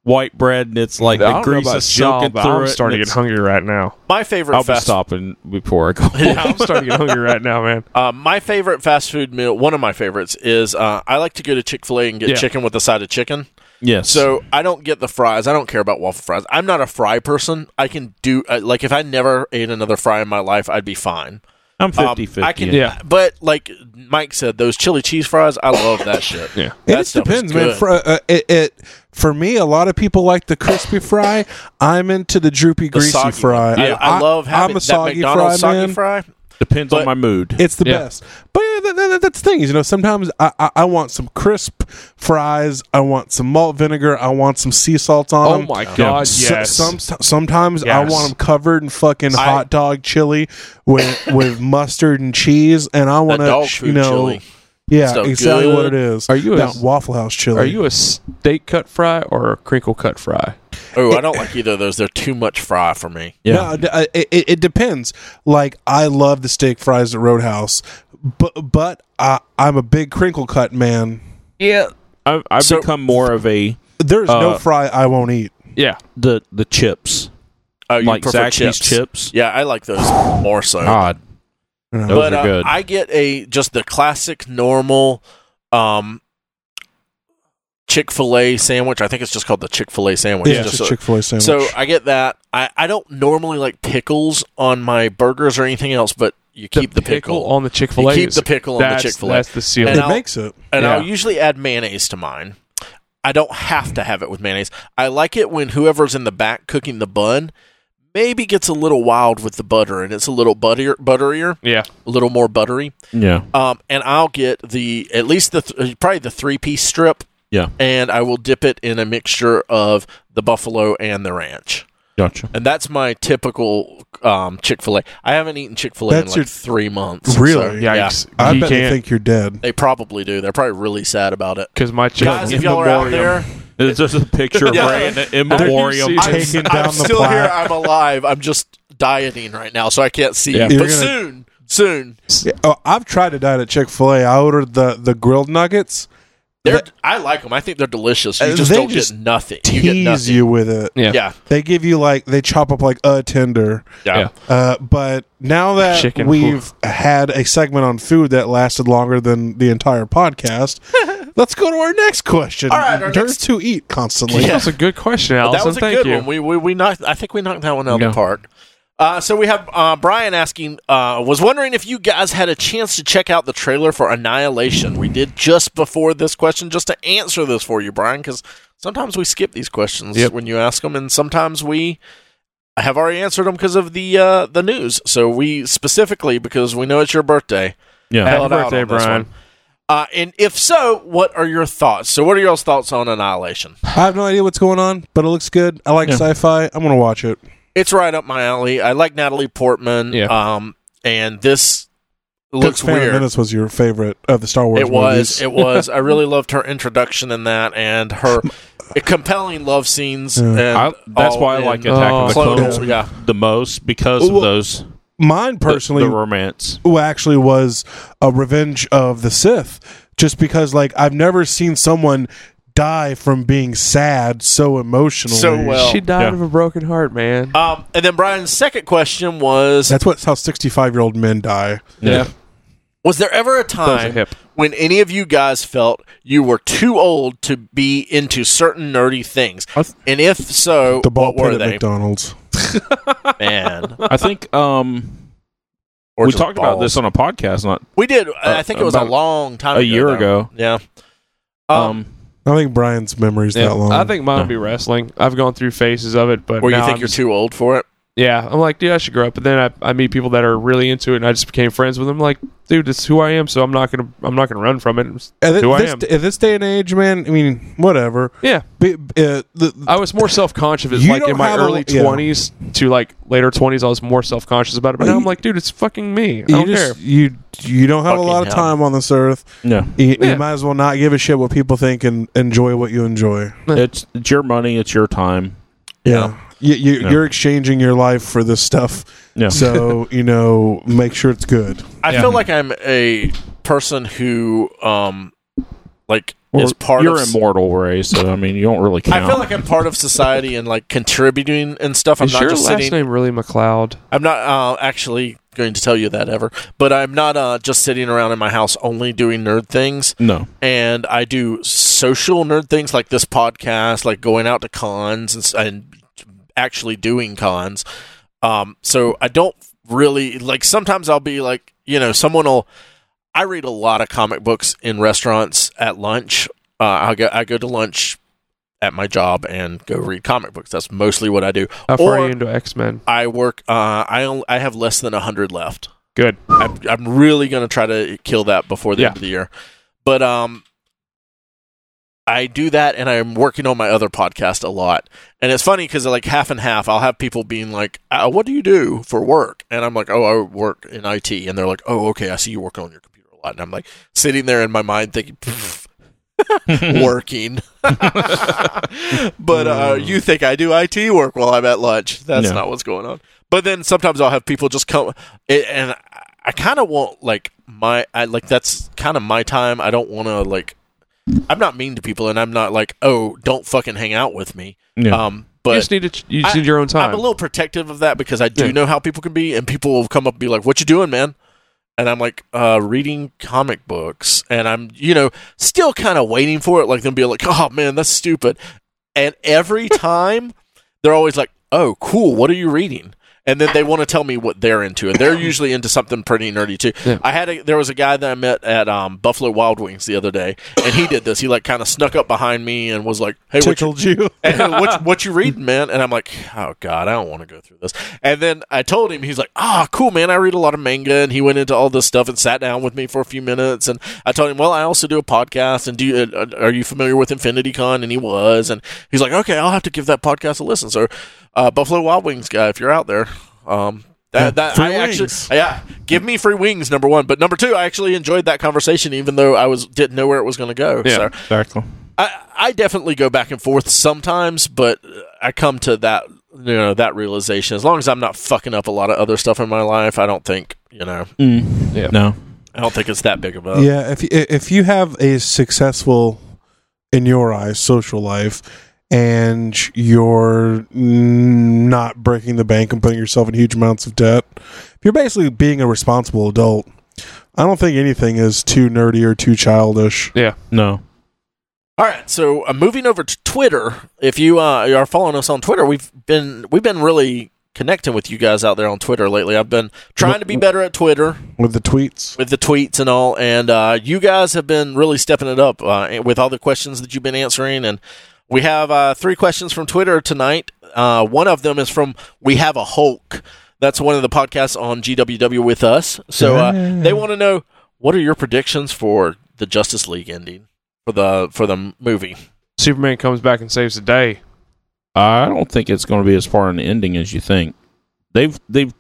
white bread, and it's like I the don't know grease about is y'all, soaking but through I'm it. starting to and get it's- hungry right now. My favorite I'll be fast stopping before I go. Yeah, I'm starting to get hungry right now, man. Uh, my favorite fast food meal, one of my favorites, is uh, I like to go to Chick fil A and get Yeah. chicken with a side of chicken. yes. So I don't get the fries. I don't care about waffle fries. I'm not a fry person. I can do, uh, like, if I never ate another fry in my life, I'd be fine. I'm Um, 50 I can, Yeah. But like Mike said, those chili cheese fries, I love that shit. Yeah. It That just stuff is depends, man. good. For, uh, uh, it, it for me, a lot of people like the crispy fry. I'm into the droopy greasy soggy fry. one. Yeah, I, love having that McDonald's soggy fry. Depends on But- my mood. It's the Yeah. best. But yeah, that, that, that's the thing is, you know, sometimes I, I, I want some crisp fries. I want some malt vinegar. I want some sea salt on Oh them. my God! So- Yes. some, sometimes I Yes. want them covered in fucking hot dog chili with with mustard and cheese, and I want dog to, food you know, chili. yeah, Stuff exactly what it good. is. Are you a- that Waffle House chili? Are you a steak cut fry or a crinkle cut fry? Oh, I don't like either of those. They're too much fry for me. Yeah. No, d- I- it, it, it depends. Like I love the steak fries at Roadhouse, but but I, I'm a big crinkle cut man. Yeah. I've, I've So- become more of a There's Uh, no fry I won't eat. Yeah, the the chips Oh, you like prefer Zaxby's chips. chips. Uh, Yeah, I like those more so. God, You know. Ah, those but are uh, good. I get a just the classic normal um, Chick Fil A sandwich. I think it's just called the Chick Fil A sandwich. yeah, Just it's a- a Chick Fil A sandwich. so I get that. I, I don't normally like pickles on my burgers or anything else, but you keep the, pickle, on the Chick You Fil A. keep the pickle on the Chick Fil A, That's the ceiling. and it I'll- makes it. and I'll yeah. usually add mayonnaise to mine. I don't have to have it with mayonnaise. I like it when whoever's in the back cooking the bun maybe gets a little wild with the butter, and it's a little buttier, butterier, yeah, a little more buttery. yeah, Um, and I'll get the at least the th- uh, probably the three piece strip. Yeah. and I will dip it in a mixture of the buffalo and the ranch, gotcha. and that's my typical um, Chick Fil A. I haven't eaten Chick Fil A in That's like your- three months. Really? So, yeah, yikes! I he bet they can't think you're dead. they probably do. They're probably really sad about it. because my chick. Guys, if y'all are out there, There's just a picture of Yeah. Ray in, in Have you memoriam. seen- I- Taking I'm down the still here. plaque. I'm alive. I'm just dieting right now, so I can't see. Yeah. you. You're But gonna- soon, soon, Yeah, oh, I've tried to diet at Chick Fil A. I ordered the the grilled nuggets. they're, They- I like them. I think they're delicious. You Uh, just they don't just get nothing. You get Tease nothing. you, with it. Yeah. Yeah. They give you like they chop up like a tender. Yeah. Yeah. Uh, but now that Chicken. we've had a segment on food that lasted longer than the entire podcast, let's go to our next question. All right, our Dirt next- to eat constantly. Yeah. That's a good question, Allison. that was a Thank good you. one. We, we we knocked. I think we knocked that one out Yeah. of the park. Uh, so we have uh, Brian asking, uh, was wondering if you guys had a chance to check out the trailer for Annihilation. We did just before this question, just to answer this for you, Brian, because sometimes we skip these questions Yep. when you ask them, and sometimes we have already answered them because of the uh, the news. So we specifically because we know it's your birthday. yeah, Hell Happy it out birthday, on this Brian. one. Uh, and if so, what are your thoughts? So what are y'all's thoughts on Annihilation? I have no idea what's going on, but it looks good. I like sci-fi. I'm gonna watch it. it's right up my alley. I like Natalie Portman. Yeah. Um, and this looks Phantom weird. Menace was your favorite of the Star Wars. It was. movies. It was. I really loved her introduction in that and her compelling love scenes. Yeah. And I, that's all why I in like Attack Oh, of the Clone Clones Wars. Yeah. the most because of Well, those Mine the- personally the romance. who actually was a Revenge of the Sith, just because like I've never seen someone die from being sad so emotionally. So well. She died Yeah. of a broken heart, man. Um, and then Brian's second question was: That's what how sixty five year old men die. yeah, Was there ever a that was a time hip. when any of you guys felt you were too old to be into certain nerdy things? Us? And if so, The ball what were pit at they? McDonald's. Man, I think um, Or we just talked about this balls. on a podcast not We did. I think it was a Uh, about long time. a year though. ago. Yeah. Um, Um, I don't think Brian's memory's Yeah. that long. I think mine would No. be wrestling. I've gone through phases of it, but where you now think I'm you're just- too old for it. Yeah, I'm like, dude, I should grow up. But then I, I meet people that are really into it, and I just became friends with them. Like, dude, it's who I am, so I'm not gonna I'm not gonna run from it. It's at, thi- who I this, am. at this day and age, man. I mean, whatever. yeah, Be- be- uh, the- I was more self conscious of it. You Like in don't my have a- early yeah. twenties to like later twenties, I was more self conscious about it. But Well, now I'm you- like, dude, it's fucking me. I you don't care. just you you don't have a Fucking lot of hell. time on this earth. yeah, You, Yeah. you might as well not give a shit what people think and enjoy what you enjoy. it's it's your money, it's your time. Yeah. You, you, Yeah. You're exchanging your life for this stuff. Yeah. So, you know, make sure it's good. I Yeah. feel like I'm a person who, um, like is part you're of. s- immortal, Ray. So I mean, you don't really count. I feel like I'm part of society and like contributing and stuff. I'm Is not your just last sitting. name really McLeod? I'm not uh, actually going to tell you that ever, but I'm not uh, just sitting around in my house only doing nerd things. no. And I do social nerd things like this podcast, like going out to cons and, s- and actually doing cons. Um, so I don't really like. Sometimes I'll be like, you know, someone will. I read a lot of comic books in restaurants at lunch. Uh, I go I go to lunch at my job and go read comic books. That's mostly what I do. How far Or- are you into X Men? I work. Uh, I only, I have less than hundred left. Good. I'm, I'm really gonna try to kill that before the Yeah. end of the year. But um, I do that, and I'm working on my other podcast a lot. And it's funny because like half and half, I'll have people being like, uh, "What do you do for work?" And I'm like, "Oh, I work in IT," and they're like, "Oh, okay, I see you work on your computer a lot." And I'm like sitting there in my mind thinking. "Pff, working but uh, you think i do it work while i'm at lunch that's No. not what's going on but then sometimes i'll have people just come it, and I- I kind of want like my I like that's kind of my time. I don't want to like I'm not mean to people and I'm not like, "Oh, don't fucking hang out with me." Yeah. Um you but just need to. ch- You just I- need your own time. I'm a little protective of that because I do Yeah. know how people can be and people will come up and be like, "What you doing, man?" And I'm like, uh, reading comic books, and I'm, you know, still kind of waiting for it. Like they'll be like, "Oh man, that's stupid," and every time they're always like, "Oh, cool. What are you reading?" And then they want to tell me what they're into, and they're usually into something pretty nerdy too. Yeah. I had a, there was a guy that I met at um, Buffalo Wild Wings the other day, and he did this. He like kind of snuck up behind me and was like, "Hey, what you, Tickled you. and what, what you reading, man? And I'm like, oh god, I don't want to go through this. And then I told him, he's like, ah, cool, man. I read a lot of manga, and he went into all this stuff and sat down with me for a few minutes. And I told him, well, I also do a podcast, and do you, uh, are you familiar with Infinity Con? And he was, and he's like, okay, I'll have to give that podcast a listen. So, uh, Buffalo Wild Wings guy, if you're out there, um. That, that, Free I actually, wings. yeah, give me free wings, number one. But number two, I actually enjoyed that conversation, even though I was didn't know where it was going to go. Yeah. So Exactly. I, I definitely go back and forth sometimes, but I come to that you know that realization. As long as I'm not fucking up a lot of other stuff in my life, I don't think you know Yeah. No. I don't think it's that big of a yeah, if you- if you have a successful, in your eyes, social life, and you're not breaking the bank and putting yourself in huge amounts of debt, if you're basically being a responsible adult, I don't think anything is too nerdy or too childish. No. All right, so uh, moving over to Twitter. If you uh, are following us on Twitter, we've been we've been really connecting with you guys out there on Twitter lately. I've been trying to be better at Twitter. with the tweets. with the tweets and all. And uh, you guys have been really stepping it up uh, with all the questions that you've been answering. And we have uh, three questions from Twitter tonight. Uh, one of them is from We Have a Hulk. That's one of the podcasts on GWW with us. So uh, they want to know what are your predictions for the Justice League ending for the for the movie. Superman comes back and saves the day. I don't think it's going to be as far an ending as you think. They've they've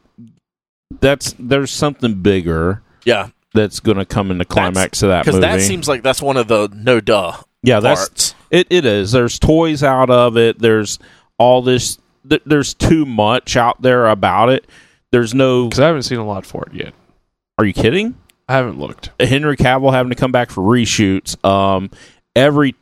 that's there's something bigger Yeah, that's going to come in the climax of that because movie. that seems like that's one of the no duh yeah, that's parts. it. It is. There's toys out of it. There's all this. Th- there's too much out there about it. There's no. Because I haven't seen a lot for it yet. Are you kidding? I haven't looked. Henry Cavill having to come back for reshoots. Um, every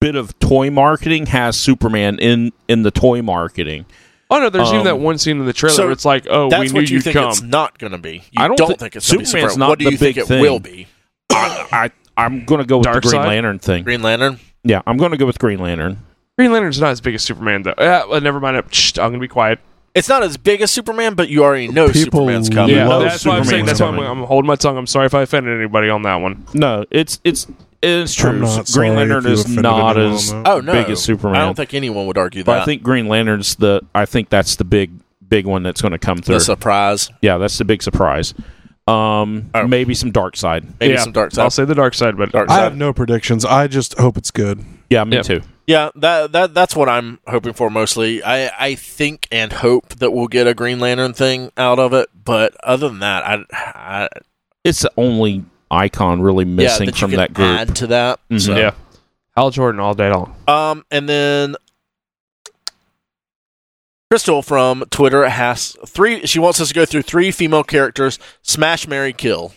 bit of toy marketing has Superman in in the toy marketing. Oh no, there's even Um, that one scene in the trailer so where it's like, oh, we That's knew what you you'd think come. it's not going to be. You I don't don't thi- think it's going to be Superman's Superman. not What do the you think big it will thing. be? I I'm going to go with the Green Darkseid? Lantern thing. Green Lantern. Yeah, I'm going to go with Green Lantern. Green Lantern's not as big as Superman though. Uh, well, never mind. I'm, shh, I'm gonna be quiet. It's not as big as Superman, but you already know People Superman's coming. Yeah, Yeah, love that's why I'm Superman saying that's why I'm, coming. I'm holding my tongue. I'm sorry if I offended anybody on that one. No, it's it's it's I'm true. not sorry Green if Lantern you is offended not anyone as on that. Oh no, big as I Superman. don't think anyone would argue but that. I think Green Lantern's the I think that's the big big one that's going to come through. the surprise, yeah, that's the big surprise. Um, Oh. maybe some dark side. maybe Yeah, some dark I'll side. say the dark side, but Dark I side. have no predictions. I just hope it's good. Yeah, me Yep. too. Yeah, that that that's what I'm hoping for mostly. I I think and hope that we'll get a Green Lantern thing out of it, but other than that, I, I It's the only icon really yeah, missing that you from can that group. add to that. Mhm. So. yeah, Hal Jordan all day long. Um, and then Crystal from Twitter has three. She wants us to go through three female characters: smash, Mary, kill.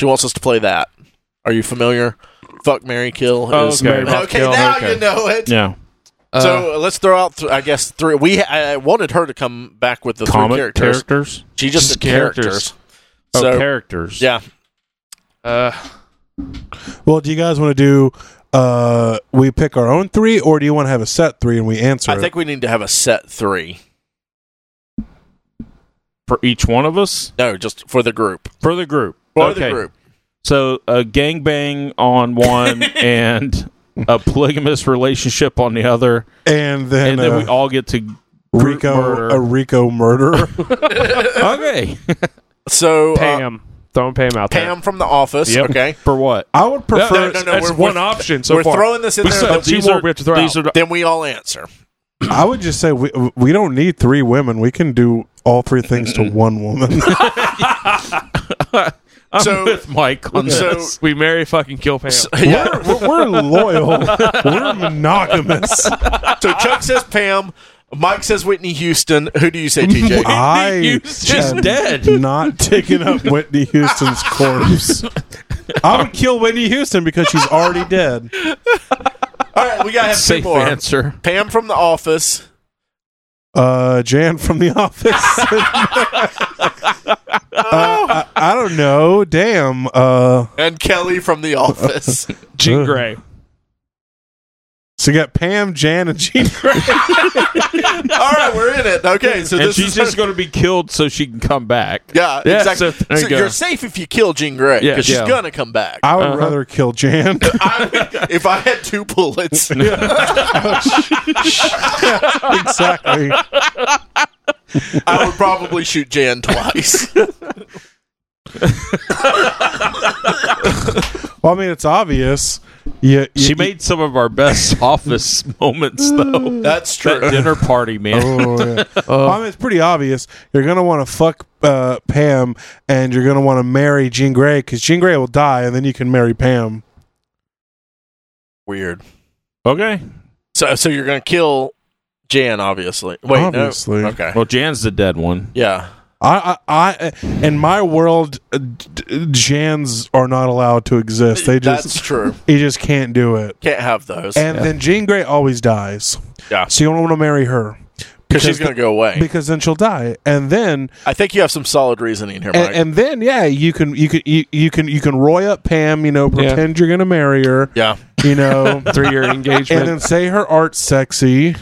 She wants us to play that. Are you familiar? Fuck, Mary, kill. Oh, is- okay. okay. Fuck, kill, now okay. you know it. Yeah, Uh, so uh, let's throw out, th- I guess, three. We I I wanted her to come back with the three comic characters. characters. She just, Just said characters. Oh, So characters. yeah, uh, Well, do you guys want to do uh we pick our own three or do you want to have a set three and we answer I think we need to have a set three. for each one of us No, just for the group. for the group. For okay. the group. So a gangbang on one and a polygamous relationship on the other, it? And then, and, then uh, we all get to group Rico murder. a Rico murderer. okay. So uh, Pam. Throwing Pam out there. Pam from the office. Yep. Okay. For what? I No, would prefer. no, no, no, That's we're- one we're- option so we're far. throwing this in We there, still have but two these more are- we have to throw these out. are the- Then we all answer. I would just say we we don't need three women. We can do all three things to one woman. I'm So- with Mike on so- this. we marry fucking kill Pam. Yeah. we're, we're, we're loyal. We're monogamous. so Chuck says Pam. Mike says Whitney Houston. Who do you say, TJ? I Houston's am dead. Not taking up Whitney Houston's corpse. I would kill Whitney Houston because she's already dead. all right, we gotta have two Safe more. answer. Pam from the office. Uh, Jan from The Office. Uh, I, I don't know. Damn. Uh, And Kelly from the office. Jean Grey. so you got Pam, Jan, and Gene. All right, we're in it. Okay, so and this she's is just going to be killed so she can come back. yeah, Yeah, exactly. so there you go. are safe if you kill Jean Grey Yeah, because she's yeah. gonna come back. I would rather kill Jan. I would- if I had two bullets, exactly. I would probably shoot Jan twice. Well, I mean, it's obvious. You, you, She made some of our best office moments, though. That's true. That dinner party, man. Oh, yeah. Well, I mean, it's pretty obvious. You're gonna want to fuck uh, Pam, and you're gonna want to marry Jean Grey because Jean Grey will die, and then you can marry Pam. Weird. Okay. So, so you're gonna kill Jan, obviously. Wait, Obviously. no. Okay. Well, Jan's the dead one. Yeah. I, I, I in my world, uh, d- Jans are not allowed to exist. They That's just, true. he just can't do it. Can't have those. And then Jean Grey always dies. Yeah. So you don't want to marry her because she's gonna go away. because then she'll die, and then I think you have some solid reasoning here, Mike. and, and then yeah, you can you can you, you can you can roy up Pam. You know, pretend you're gonna marry her. yeah. You know, Three year and engagement. then say her art's sexy.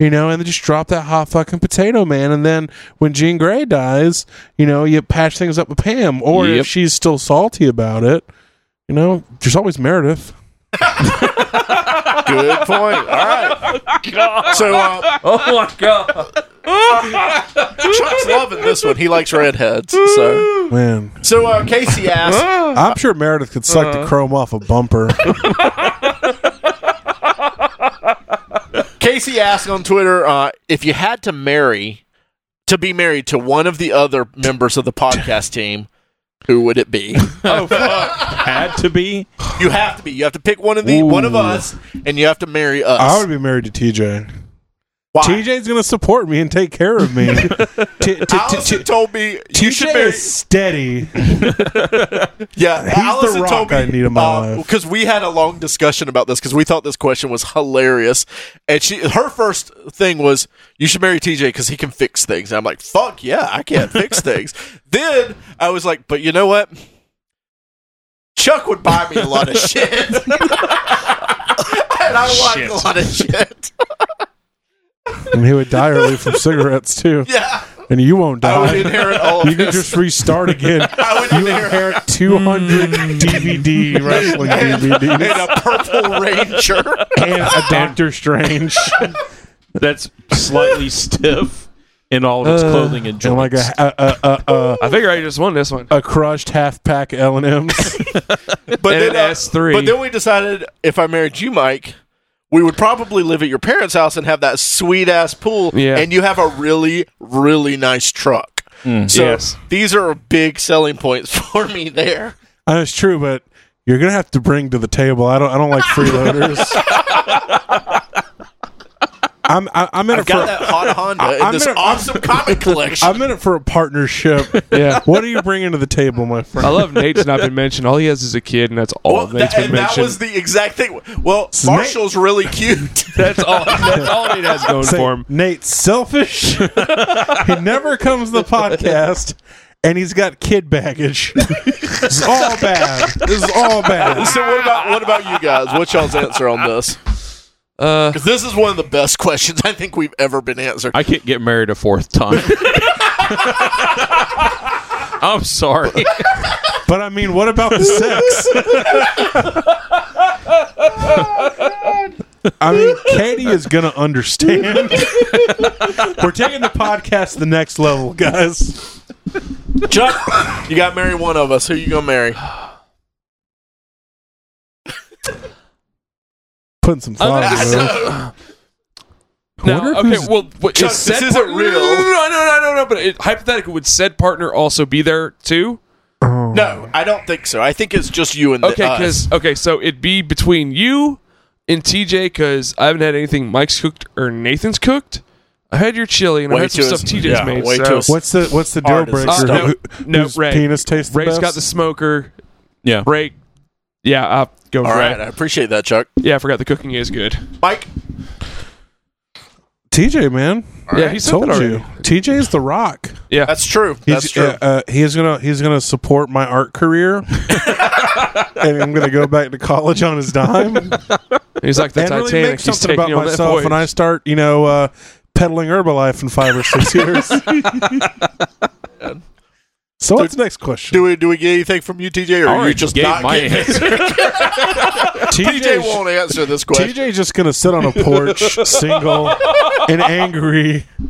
you know, and then just drop that hot fucking potato man. And then when Jean Grey dies, you know, you patch things up with Pam. Or Yep. if she's still salty about it, you know, there's always Meredith. Good point. All right. So uh, Oh, my God. Chuck's loving this one. He likes redheads. So Man, so uh, Casey asked. I'm sure Meredith could suck Uh-huh. the chrome off a bumper. Casey asked on Twitter uh, if you had to marry to be married to one of the other members of the podcast team. Who would it be? Had to be. You have to be. You have to pick one of the Ooh. one of us, and you have to marry us. I would be married to TJ. Why? TJ's going to support me and take care of me. T- t- t- Allison t- told me you should TJ marry. is steady. Yeah, the Allison rock told me I need in my life. because we had a long discussion about this because we thought this question was hilarious, and she her first thing was you should marry TJ because he can fix things. And I'm like, fuck yeah, I can't fix things. Then I was like, but you know what? Chuck would buy me a lot of shit, and I like a lot of shit. And he would die early from cigarettes, too. Yeah, And you won't I would die. inherit all of You can his- just restart again. I would You inherit inherit 200 DVD wrestling Mm. and DVDs a purple ranger. and a Doctor Strange That's slightly stiff in all of its clothing and Uh, and like joints. a a, a, a, I figure I just won this one. a crushed half pack L and M's. but And then an uh, S3. But then we decided if I married you, Mike, we would probably live at your parents' house and have that sweet ass pool. Yeah. And you have a really, really nice truck. so yes. these are big selling points for me there. That's true, but you're gonna have to bring to the table. I don't I don't like freeloaders. I'm I, I'm in it I've got that for. hot Honda I- in I'm this gonna- I'm- awesome comic collection. I'm in it for a partnership. Yeah. What are you bringing to the table, my friend? I love Nate's not been mentioned. All he has is a kid, and that's all well, Nate's that, been and that mentioned. was the exact thing. Well, Marshall's really cute. that's all. That's all Nate has going Say, for him. Nate's selfish. he never comes to the podcast, and he's got kid baggage. this is all bad. This is all bad. so what about what about you guys? What's y'all's answer on this? Uh, Because this is one of the best questions I think we've ever been answered. I can't get married a fourth time. I'm sorry. But I mean, what about the sex? I mean, Katie is gonna understand. We're taking the podcast to the next level, guys. Chuck, you got to marry one of us. Who you gonna marry? Putting some thought into it. Now, Wonder okay, who's- well, what, Chuck, is said this isn't partner- real. No, no, no, no, no, no, no, But it, hypothetically, would said partner also be there too? Oh. No, I don't think so. I think it's just you and the, Okay, us. because okay, so it'd be between you and TJ because I haven't had anything Mike's cooked or Nathan's cooked. I had your chili and Way I had some to his- stuff TJ's yeah, made. way so. to his- What's the what's the deal Hard as breaker? a stone. Who- No, whose Ray. penis tastes the Ray's best? got the smoker. Yeah. Ray, yeah, I'll go All for right, it. I appreciate that, Chuck. Yeah, I forgot the cooking is good. Mike, TJ man. yeah, he said Told that already. you. TJ's the rock. Yeah, that's true. He's, That's true. Uh, uh, he's gonna he's gonna support my art career, and I'm gonna go back to college on his dime and he's like the really Titanic. make he's something taking about you on that myself. voyage. When I start, you know, uh, peddling Herbalife in five or six years. so what's the next question? Do we do we get anything from you, TJ, or are I you already just gave not my getting answer. TJ won't answer this question. TJ just gonna sit on a porch, single and angry. Oh,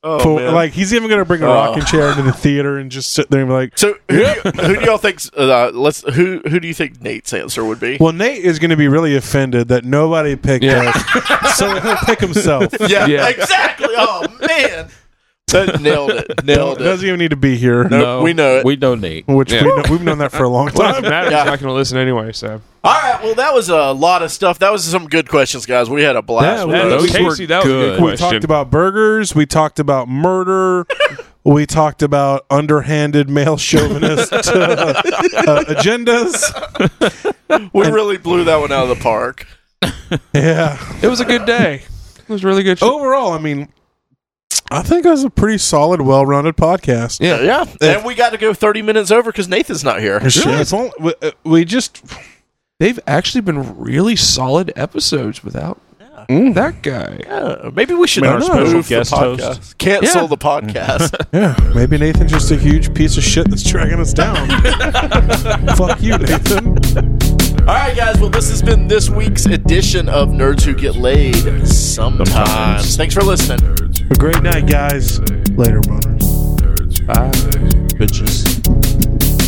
Oh, for, like he's even gonna bring a rocking chair into the theater and just sit there and be like, so who, do, you, who do y'all think? Uh, let's who who do you think Nate's answer would be? "Well, Nate is gonna be really offended that nobody picked Yeah. us, so he'll pick himself." Yeah, Yeah. exactly. Oh man, that nailed it. Nailed it. Doesn't even need to be here. Nope, we know it. We know Nate. Which Yeah. we know, we've known that for a long well, it doesn't time. matter. Yeah. He's not going to listen anyway. So All right. Well, that was a lot of stuff. That was some good questions, guys. We had a blast. Yeah, with we- those. Those Casey, were that was a good good. We question. talked about burgers. We talked about murder. we talked about underhanded male chauvinist uh, uh, agendas. we really blew that one out of the park. Yeah. it was a good day. It was a really Oh, good. Show. Overall, I mean, I think it was a pretty solid, well-rounded podcast. Yeah. Yeah, and we got to go thirty minutes over because Nathan's not here. Shit, it's only- we, uh, we just they've actually been really solid episodes without that guy. Mm. Yeah, maybe we should I don't know. move the Guest host. podcast. Cancel Yeah. the podcast. yeah. Maybe Nathan's just a huge piece of shit that's dragging us down. Fuck you, Nathan. All right, guys. Well, this has been this week's edition of Nerds Who Get Laid. Sometimes. Sometimes. Thanks for listening. A great night, guys. Later, boners. Bitches.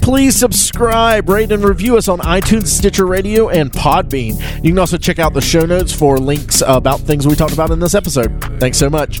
Please subscribe, rate, and review us on iTunes, Stitcher Radio, and Podbean. You can also check out the show notes for links about things we talked about in this episode. Thanks so much.